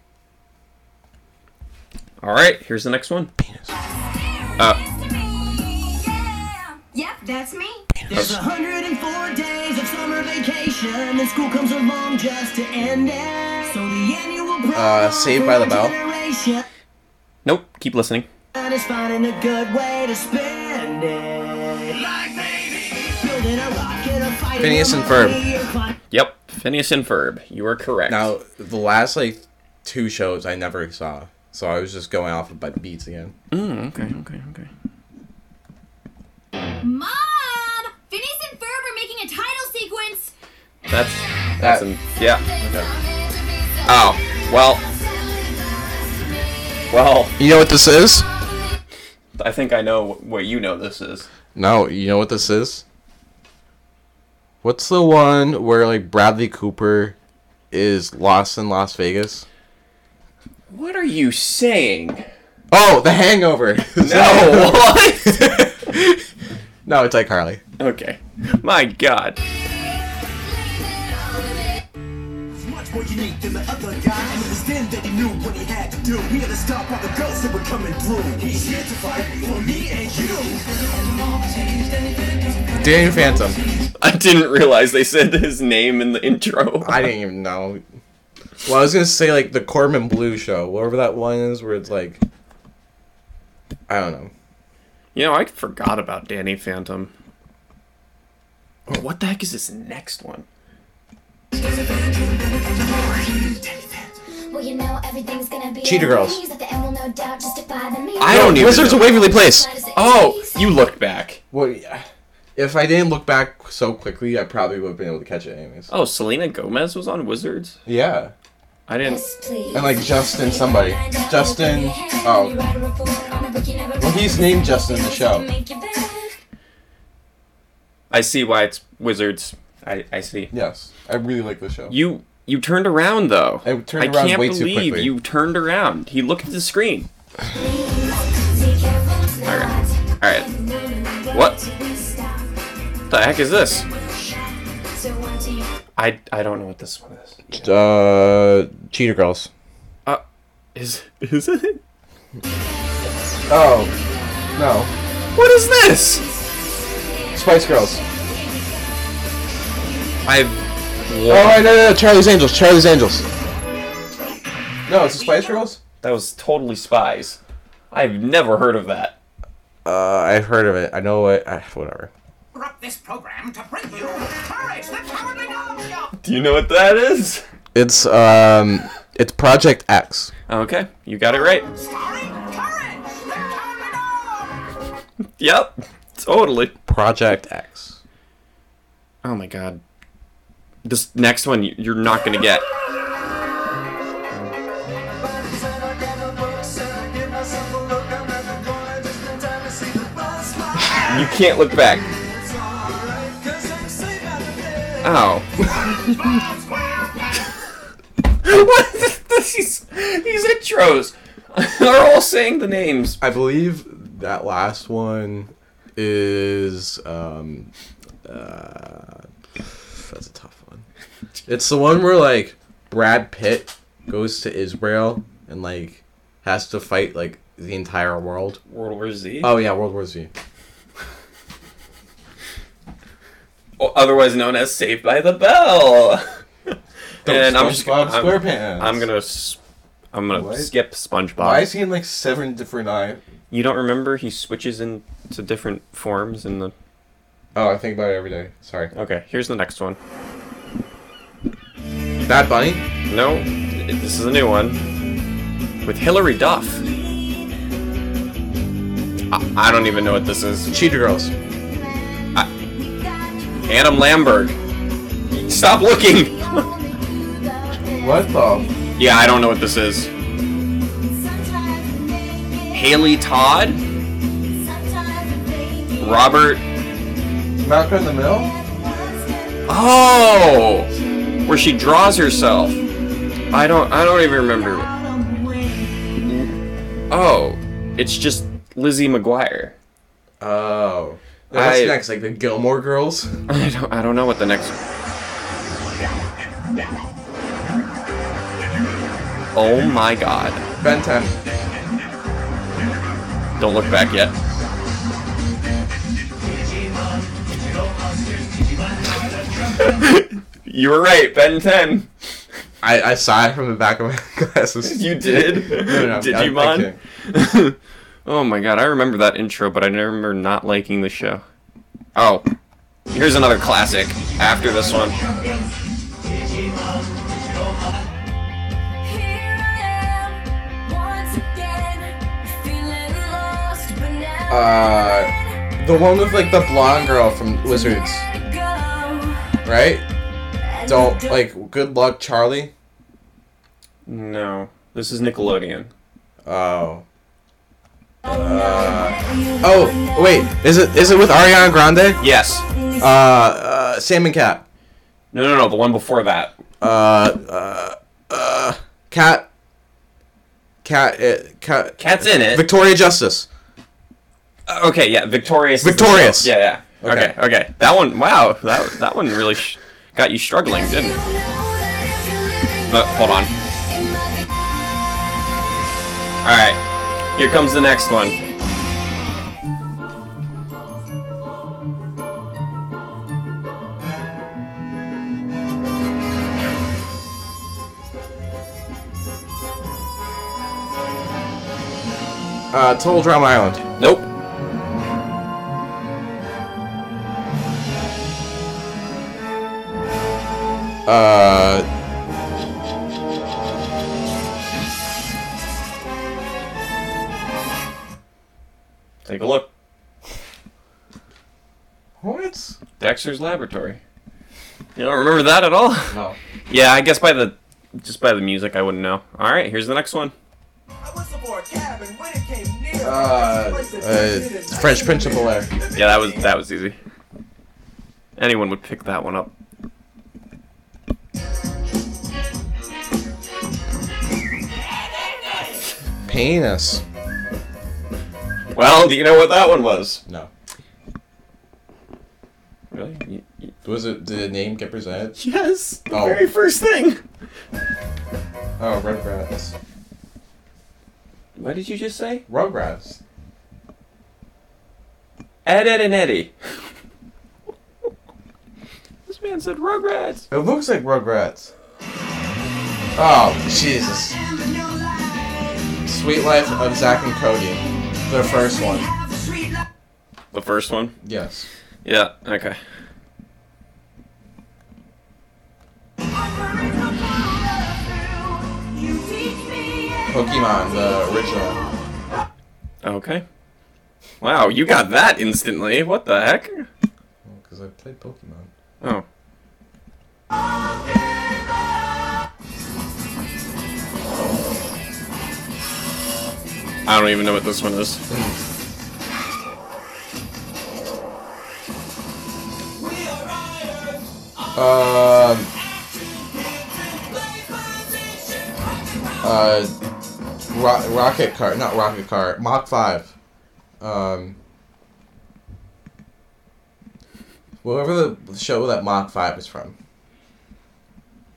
All right, here's the next one.
Yep, that's me.
There's 104 days of summer vacation, and school comes along just to end it. So the annual
Uh, Saved by the Bell.
Generation
Nope, keep listening.
is finding a good way to spend it. Like maybe building a rocket or fighting
Phineas
a
and Ferb.
monkey or climb-
Yep, Phineas and Ferb. You are correct.
Now the last like two shows I never saw, so I was just going off of but beats again.
okay, okay, okay.
Mom! Phineas and Ferb are making a title sequence!
That's that's
That-
an, yeah. Oh, well, well.
You know what this is?
I think I know wh- what you know. This is
No, you know what this is? What's the one where like Bradley Cooper is lost in Las Vegas?
what are you saying?
Oh, The Hangover.
No, what?
no, it's iCarly.
okay, my God.
much more unique than the other guy. And it was then that he knew what he had to do. He had to stop all the girls that were coming through. He's here to fight for me and you.
Danny Phantom.
I didn't realize they said his name in the intro.
I didn't even know. Well, I was gonna say like the Corbin Blue show, whatever that one is, where it's like, I don't know.
You know, I forgot about Danny Phantom. Oh, what the heck is this next one?
Well, you know everything's gonna be
Cheetah Girls.
Use at the end will no doubt justify the means.
I don't even.
Wizards
know.
of Waverly Place.
Oh, you looked back.
Well, yeah. if I didn't look back so quickly, I probably would have been able to catch it anyways.
Oh, Selena Gomez was on Wizards.
Yeah,
I didn't. Oh,
and like Justin somebody, Justin. Oh, well, he's named Justin in the show.
I see why it's Wizards. I I see.
Yes, I really like the show.
You you turned around though.
I turned around way too quickly.
you turned around. He looked at the screen.
Alright.
All right. What? The heck is this? I I don't know what this one is.
Uh, Cheater Girls.
Uh, is is it?
Oh, no.
What is this?
Spice Girls.
I've.
Oh, right, no, no, no, Charlie's Angels. Charlie's Angels. No, it's the Spice Girls.
That was totally spies. I've never heard of that.
Uh, I've heard of it. I know it. I, whatever.
Interrupt this program to bring you Courage the Cowardly Dog!
Do you know what that is?
It's um, it's Project X.
Okay, you got it right.
Starring Courage the Cowardly Dog!
Yep, totally.
Project X.
Oh my god. This next one you- you're not gonna get. You can't look back. Ow. what is this? These, these intros are all saying the names.
I believe that last one is um, uh, that's a tough one. It's the one where like Brad Pitt goes to Israel and like has to fight like the entire world.
World War Z?
Oh yeah, World War Z.
otherwise known as Saved by the Bell. and I'm just
SpongeBob
I'm-
SquarePants.
I'm gonna s- I'm gonna
Why is-
skip SpongeBob.
Why is he in like seven different eye?
You don't remember he switches into different forms in the.
Oh, I think about it every day. Sorry.
Okay, here's the next one.
Bad Bunny.
No, this is a new one with Hilary Duff. I, I don't even know what this is.
Cheetah Girls.
Adam Lambert. Stop looking.
What the?
Yeah, I don't know what this is. Haley Todd, Robert
Malcolm in the Middle.
Uh,
Oh, where she draws herself. I don't. I don't even remember. Oh, it's just Lizzie McGuire.
Oh. That's
I-
next, like the Gilmore Girls.
I don't. I don't know what the next. Oh my God!
Ben 10.
Don't look back yet. you were right, Ben Ten.
I, I saw it from the back of my glasses.
You did.
No, no, I- I
Digimon.
can't.
Oh my god, I remember that intro, but I remember not liking the show. Oh, here's another classic after this one.
Uh, the one with like the blonde girl from Wizards, right? Don't like. Good luck, Charlie.
No, this is Nickelodeon.
Oh. Uh, oh wait, is it is it with Ariana Grande?
Yes.
Uh, uh Salmon Cat.
No, no, no, the one before that.
Uh, uh, uh, Cat. Cat. Uh, cat.
Cat's in it. Uh,
Victoria Justice.
okay, yeah, Victorious. is the
Victorious.
show. Yeah, yeah.
Okay.
Okay, okay. That one, wow, that, that one really sh- got you struggling, didn't it? Uh, hold on. Alright, here comes the next one.
Uh, Total Drama Island.
Nope.
Uh,
Take a look.
what?
Dexter's Laboratory. You don't remember that at all?
No.
Yeah, I guess by the just by the music, I wouldn't know. All right, here's the next one.
Uh, uh, French Prince of Bel Air.
Yeah, that was that was easy. Anyone would pick that one up.
Penis.
Well, do you know what that one was?
No.
Really? Y- y-
Was it did the name get presented?
Yes. The
Oh.
very first thing.
Oh, Rugrats.
What did you just say?
Rugrats.
Ed, Ed, and Eddie. this man said Rugrats.
It looks like Rugrats. Oh, Jesus. Sweet Life of Zack and Cody. The first one.
The first one.
Yes.
Yeah. Okay.
Pokemon, the original.
Okay. Wow, you got that instantly. What the heck?
Because I played Pokemon.
Oh. I don't even know what this one is.
Um. Uh, ro- rocket car, not rocket car, Mach five. Um, whatever the show that Mach five is from.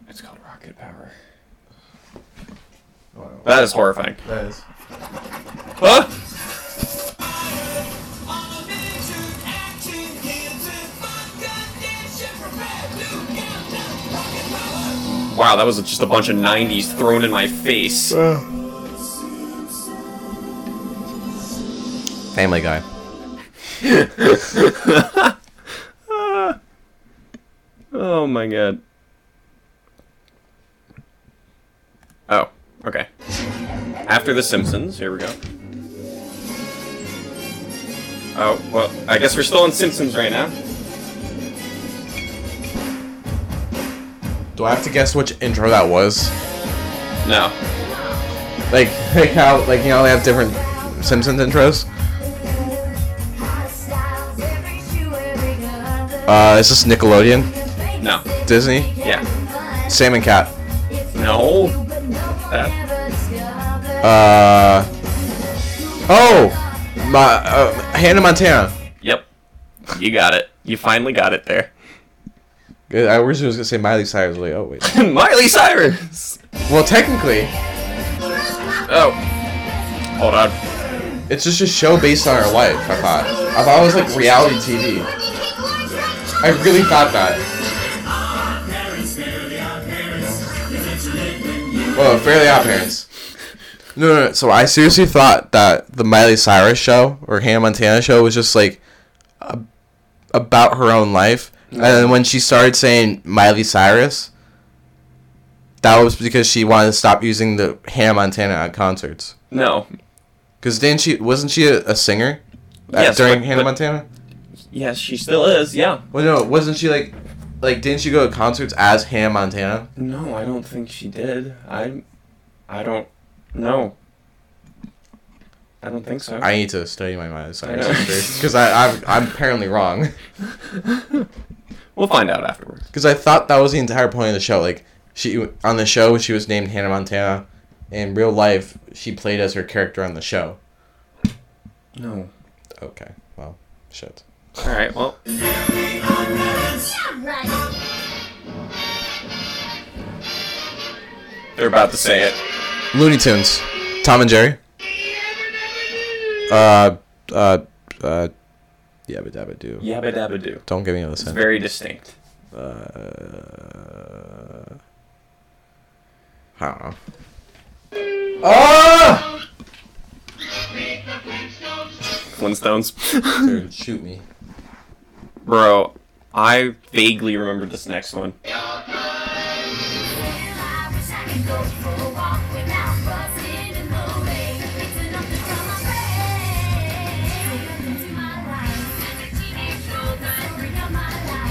It's called Rocket Power.
Oh, no.
That is horrifying.
That is.
Huh? Wow, that was just a bunch of 90s thrown in my face.
Family Guy.
Oh my god. Oh, okay. After The Simpsons, here we go. Oh, well, I guess we're still on Simpsons right now.
Do I have to guess which intro that was?
No.
Like, like how, like you know, they have different Simpsons intros. Uh, is this Nickelodeon,
No.
Disney,
Yeah.
Sam and Cat?
No.
Uh. Oh, my uh, Hannah Montana.
Yep. You got it. You finally got it there.
Good, I wish I was gonna say Miley Cyrus. Like, oh wait.
Miley Cyrus!
Well, technically,
Oh. Hold on.
it's just a show based on her life. I thought. I thought it was like reality TV. I really thought that. Well, Fairly Odd Parents. No, no, no. So I seriously thought that the Miley Cyrus show or Hannah Montana show was just like a, about her own life. And then when she started saying Miley Cyrus, that was because she wanted to stop using the Hannah Montana at concerts.
No.
Because then she wasn't she a, a singer at-
Yes,
during
but-
Hannah
but-
Montana?
Yes, she still is, yeah.
Well, no, wasn't she like, like didn't she go to concerts as Hannah Montana?
No, I don't think she did. I, I don't. No. I don't think so.
I need to study my Miley Cyrus
know.
because I I'm, I'm apparently wrong.
we'll find out afterwards.
Because I thought that was the entire point of the show. Like she on the show, she was named Hannah Montana. In real life, she played as her character on the show.
No.
Okay, well, shit.
All right. Well, they're about to say it.
Looney Tunes, Tom and Jerry. Uh, uh, uh, yabba dabba do.
Yabba dabba do.
Don't give me a
It's
listen.
very distinct.
Uh, I don't know. Ah!
Flintstones.
Dude, shoot me.
Bro, I vaguely remember this next one.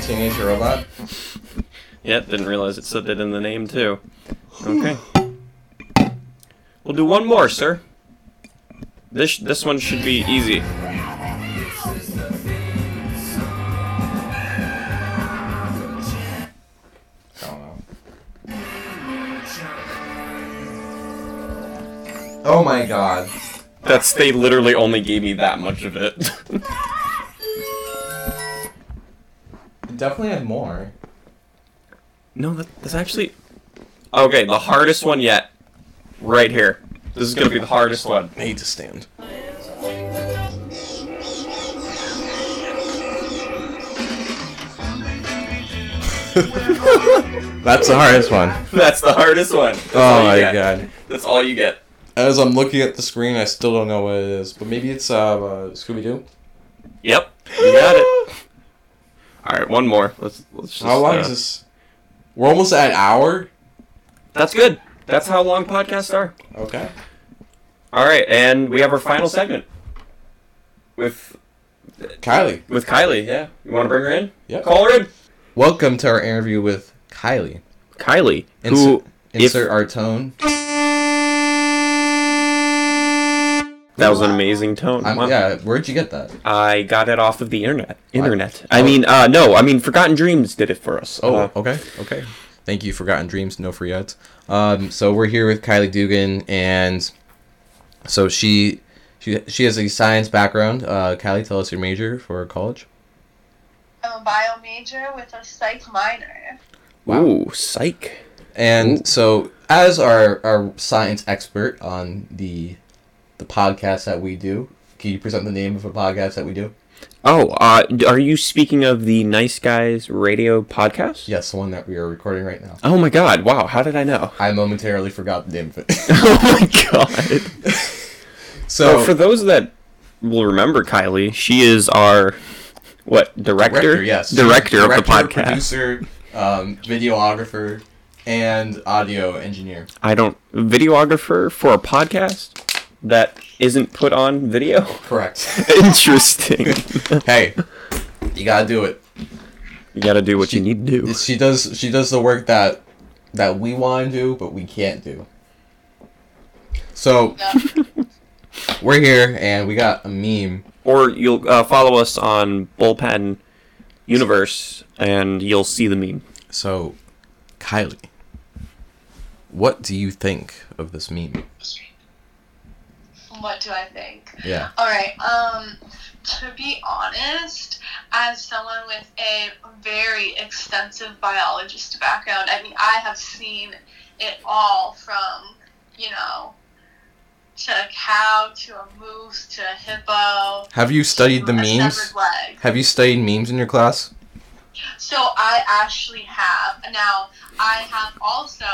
Teenage Robot.
Yep, didn't realize it said it in the name too. Okay. We'll do one more, sir. This this one should be easy.
I don't know. Oh my god.
That's they literally only gave me that much of it.
Definitely have more.
no, that, that's actually okay. The hardest one yet, right here. This is gonna be the hardest one.
I need to stand. That's the hardest one.
That's the hardest one. That's all
Oh
you
my
get.
god.
That's all you get.
As I'm looking at the screen, I still don't know what it is, but maybe it's uh, uh, Scooby Doo.
Yep, you got it. All right, one more. Let's let's just.
How long
uh,
is this? We're almost at an hour.
That's good. That's how long podcasts are.
Okay.
All right, and we have our final segment with
Kylie,
with Kylie. Yeah, you want to bring her in?
Yep.
Call her in.
welcome to our interview with Kylie.
Kylie,
Insert,
who
insert
if-
our tone.
that was an amazing tone.
I'm,
Wow.
yeah, where'd you get that?
I got it off of the internet. Internet. I mean, uh, no, I mean, Forgotten Dreams did it for us.
Oh,
Uh,
okay, okay. Thank you, Forgotten Dreams, No Free Ads. Um, so we're here with Kylie Dugan, and so she she she has a science background. Uh, Kylie, tell us your major for college.
I'm a bio major with a psych minor.
Wow.
Ooh, psych.
And so, as our our science expert on the the podcast that we do, can you present the name of a podcast that we do?
Oh, uh, d- are you speaking of the Nice Guys Radio podcast?
Yes, the one that we are recording right now.
Oh my God! Wow, how did I know?
I momentarily forgot the name of it.
oh my God.
so
Oh, for those that will remember Kylie, she is our what director?
director, yes,
director, of the
Director,
podcast.
producer, um, videographer, and audio engineer.
I don't videographer for a podcast that isn't put on video.
Correct.
Interesting.
hey, you gotta do it.
you got to do what you need to do.
She does. She does the work that that we want to do, but we can't do. So
Yeah.
we're here, and we got a meme.
Or you'll uh, follow us on Bullpen Universe and you'll see the meme.
So, Kylie, what do you think of this meme?
what do I think?
Yeah.
All right. Um, to be honest, as someone with a very extensive biologist background, I mean, I have seen it all from, you know, to a cow to a moose to a hippo.
Have you studied the
to a
memes?
Severed leg.
Have you studied memes in your class?
So I actually have now. I have also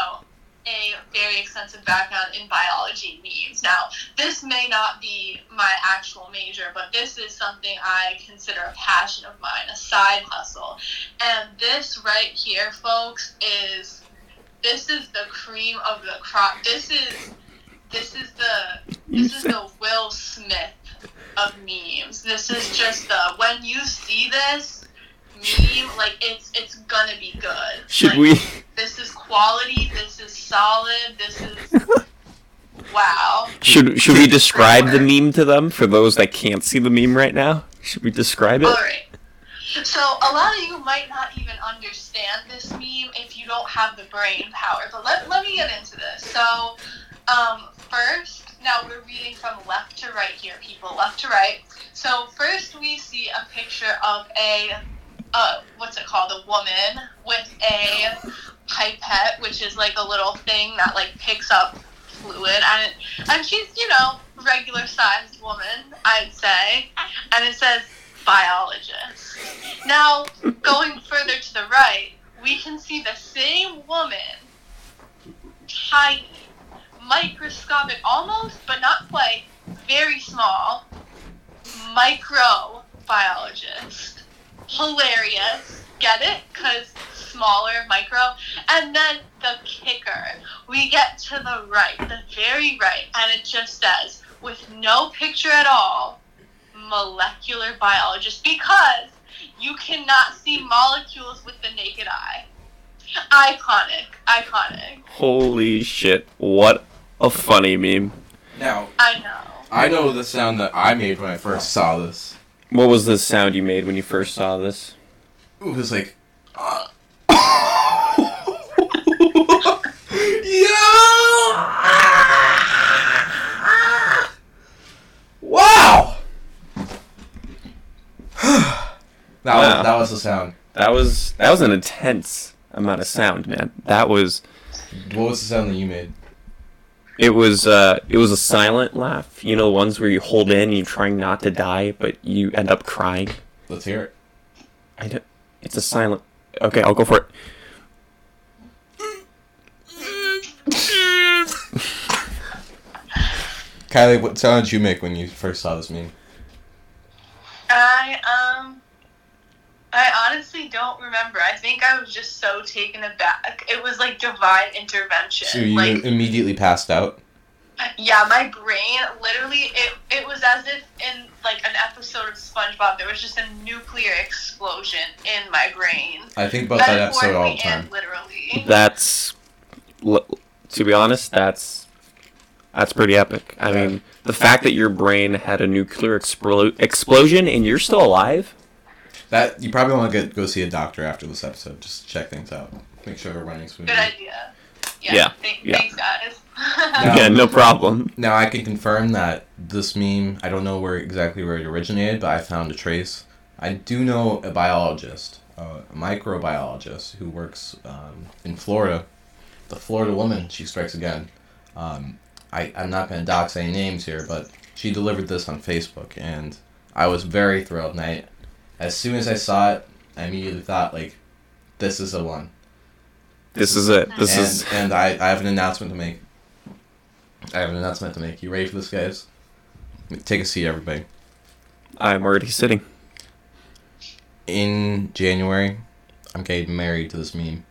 a very extensive background in biology memes. Now, this may not be my actual major, but this is something I consider a passion of mine, a side hustle. And this right here, folks, is this is the cream of the crop. This is this is the this is the Will Smith of memes. This is just the when you see this meme, like it's it's gonna be good.
Should
Like,
we
This is quality. This is solid. This is wow.
should should we describe the meme to them for those that can't see the meme right now? Should we describe it?
All right. So a lot of you might not even understand this meme if you don't have the brain power. But let, let me get into this. So um, first, now we're reading from left to right here, people, left to right. So first we see a picture of a uh, what's it called? A woman with a pipette, which is like a little thing that like picks up fluid, and it, and she's you know regular sized woman, I'd say, and it says biologist. Now, going further to the right, we can see the same woman, tiny, microscopic almost, but not quite, very small, microbiologist. Hilarious. Get it? Because smaller, micro. And then the kicker. We get to the right, the very right, and it just says, with no picture at all, molecular biologist because you cannot see molecules with the naked eye. Iconic, iconic.
Holy shit, what a funny meme.
Now
I know.
I know the sound that I made when I first saw this.
What was the sound you made when you first saw this?
It was like. Yo! That, was,
Wow.
that was the sound.
That was that was an intense amount of sound, man. That was
What was the sound that you made?
it was uh it was a silent laugh. You know, the ones where you hold in and you're trying not to die, but you end up crying.
Let's hear it.
I don't. It's a silent. Okay, I'll go for it.
Kylie, what sound did you make when you first saw this meme?
I um I honestly don't remember. I think I was just so taken aback. It was like divine intervention.
So you
like
immediately passed out.
yeah, my brain literally it it was as if in like an episode of SpongeBob there was just a nuclear explosion in my brain.
I think about that episode all the
Metaphorically
time.
and literally.
That's l- to be honest. That's that's pretty epic. I mean, the fact that your brain had a nuclear explo- explosion and you're still alive.
That you probably want to get, go see a doctor after this episode just to check things out, make sure we're running smoothly.
Good idea. Yeah.
Yeah,
thank-
yeah.
Thanks guys.
Yeah.
Yeah, no problem.
Now I can confirm that this meme. I don't know where exactly where it originated, but I found a trace. I do know a biologist, uh, a microbiologist who works um, in Florida. The Florida woman, she strikes again. Um, I, I'm not going to dox any names here, but she delivered this on Facebook, and I was very thrilled. And I, as soon as I saw it, I immediately thought, like, this is the one.
This is it. This
and,
is
and I, I have an announcement to make. I have an announcement to make. You ready for this, guys? Take a seat, everybody.
I'm already sitting.
In January, I'm getting married to this meme.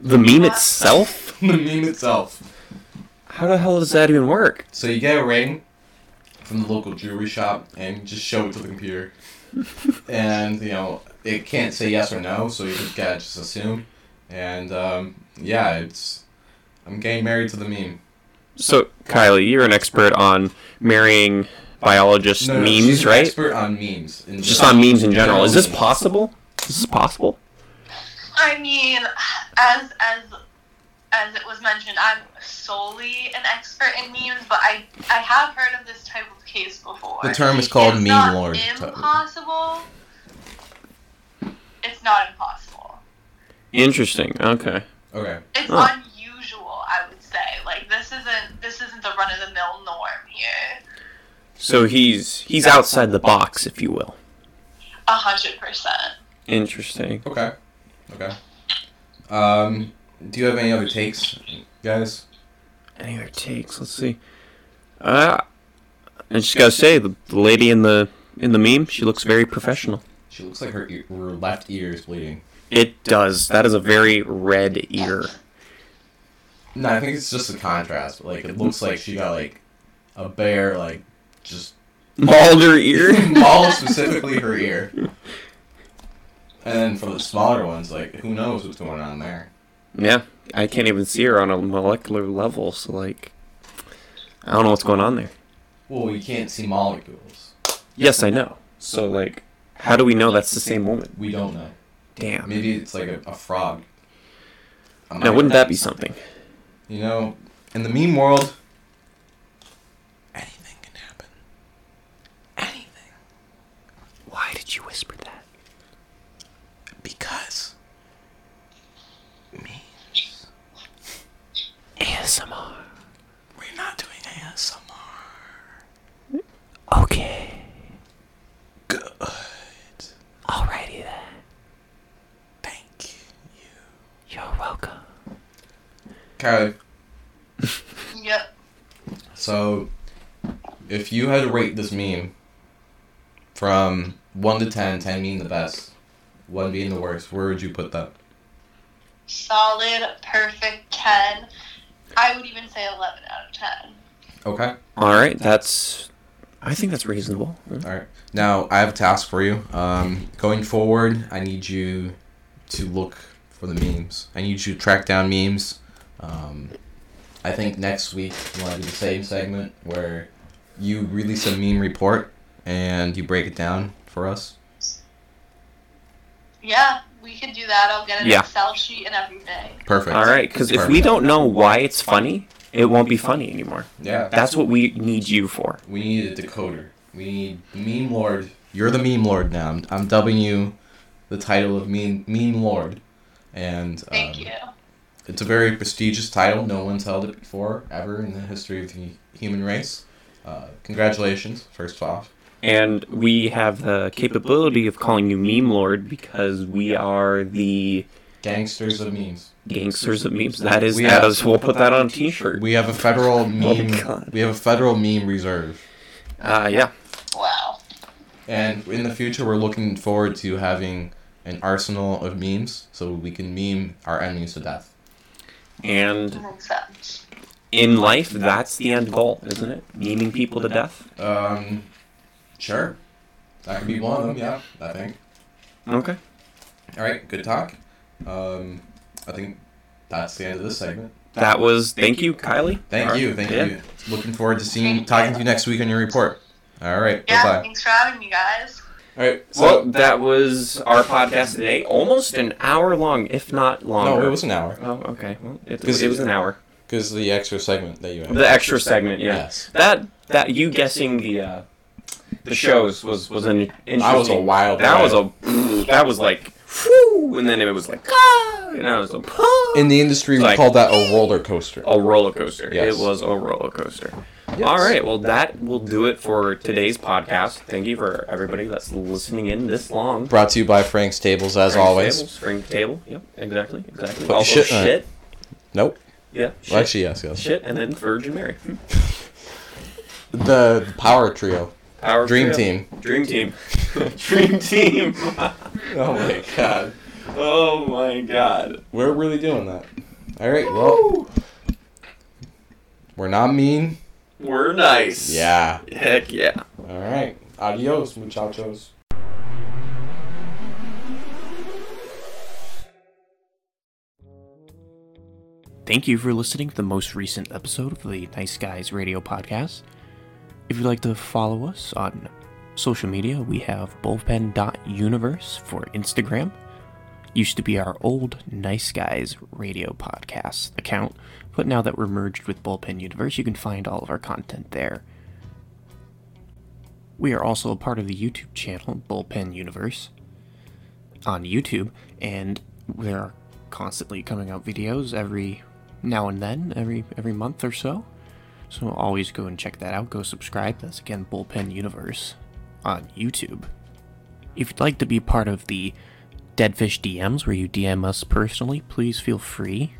The meme itself?
the meme itself.
How the hell does that even work?
So you get a ring from the local jewelry shop and just show it to the computer. and, you know, it can't say yes or no, so you just gotta just assume. And, um, yeah, it's. I'm getting married to the meme.
So, Kylie, you're an expert on marrying biologist
No, no, she's
memes,
an
right?
Expert on memes. in
Just
general.
on memes in general. Is this
Memes.
possible? Is this possible?
I mean, as as as it was mentioned, I'm solely an expert in memes, but I I have heard of this type of case before.
The term is called
it's
meme
not
lord.
Impossible. It's not impossible.
Interesting. Okay.
Okay.
It's
Huh.
unusual, I would say. Like this isn't this isn't the run of the mill norm here.
So he's he's outside the box, if you will.
A hundred percent.
Interesting.
Okay. Okay. Um, do you have any other takes, guys?
Any other takes? Let's see. Uh, I just gotta say, the, the lady in the in the meme, she looks very professional.
She looks like her, ear, her left ear is bleeding.
It does. That is a very red ear.
No, I think it's just the contrast. Like it looks like she got like a bear, like just
Mauled her ear.
mauled specifically her ear. And then for the smaller ones, like who knows what's going on there?
Yeah, I can't even see her on a molecular level, so like, I don't know what's going on there.
Well, you can't see molecules.
Yes, I know. So like, how do we know that's the same woman?
We don't know.
Damn.
Maybe it's like a, a frog. I'm not
Now, wouldn't
gonna-
that be something?
You know, in the meme world, anything can happen. Anything.
Why did you whisper that?
Because me,
ASMR.
we're not doing ASMR.
Okay.
Good.
Alrighty then.
Thank you.
You're welcome.
Kylie,
Yep.
so if you had to rate this meme from 1 to 10, 10 being the best, 1 being the worst, where would you put that?
Solid, perfect ten. I would even say eleven out of ten.
Okay.
All right, that's. I think that's reasonable.
All right. Now I have a task for you. Um, going forward, I need you to look for the memes. I need you to track down memes. Um, I think next week we want to do the same segment where you release a meme report and you break it down for us.
Yeah, we can do that. I'll get an
Yeah.
Excel sheet and everything.
Perfect.
All right, because if we
Perfect.
don't know why it's funny, it won't be funny anymore.
Yeah.
That's what we need you for.
We need a decoder. We need meme lord You're the meme lord now. I'm, I'm dubbing you the title of meme meme lord, and um,
Thank you.
it's a very prestigious title. No one's held it before ever in the history of the human race. Uh, congratulations, first off.
And we have the capability of calling you Meme Lord because we are the
Gangsters of memes.
gangsters of memes. That is,
We
that
have-
is we'll put that on a t shirt.
We have a federal meme.
God.
we have a federal meme reserve.
Uh, yeah.
Wow.
And in the future, we're looking forward to having an arsenal of memes so we can meme our enemies to death.
And
Makes sense.
in life, that's the end goal, isn't it? Memeing people to death.
Um, sure. That could be one of them, yeah, I think.
Okay.
All right, good talk. Um, I think that's the end of this segment.
That was, thank you, Kylie.
Thank
All right.
you, thank
Yeah.
you. Looking forward to seeing,
Thank
talking
you.
to you next week on your report. All right,
Yeah,
bye-bye.
thanks for having me, guys.
All right,
Well,
so,
that was our podcast today. Almost an hour long, if not longer.
no, it was an hour,
Oh, okay. Well, it,
Because-
it was an hour.
because the extra segment that you had.
The extra segment, yeah.
Yes.
That that you guessing the uh, the shows was was an interesting.
That was a wild
That was
ride.
a that was like whew, and then it was like ah, and I was a pah.
In the industry, we
Like-
call that a roller coaster.
a roller coaster.
Yes.
It was a roller coaster.
Yes.
All right, well that will do it for today's podcast. Thank you for everybody that's listening in this long.
Brought to you by Frank's Tables, as
Spring
always.
table, spring table. Yep, exactly, exactly.
Put
also
shit
shit,
on it. Nope.
yeah, shit,
Well, actually, yes, yes.
shit, and then Virgin Mary. Hmm.
The Power Trio.
Power
Dream
trio.
Team.
Dream team. Dream team.
Oh my god.
oh my god.
We're really doing that. All right, well. We're not mean.
We're nice.
Yeah.
Heck yeah.
All right. Adios, muchachos.
Thank you for listening to the most recent episode of the Nice Guys Radio podcast. If you'd like to follow us on social media, we have bullpen.universe for Instagram. Used to be our old Nice Guys Radio podcast account, but now that we're merged with Bullpen Universe, you can find all of our content there. We are also a part of the YouTube channel, Bullpen Universe on YouTube, and there are constantly coming out videos every now and then, every every month or so. So always go and check that out. Go subscribe. That's again Bullpen Universe on YouTube. If you'd like to be part of the Deadfish DMs, where you DM us personally, please feel free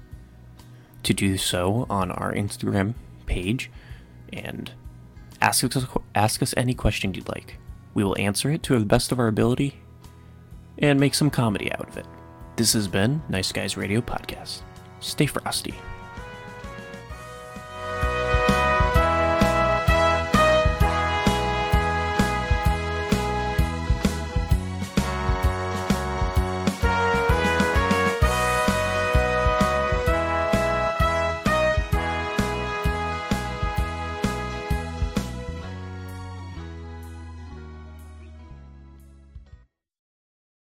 to do so on our Instagram page, and ask us ask us any question you'd like. We will answer it to the best of our ability and make some comedy out of it. This has been Nice Guys Radio Podcast. Stay frosty.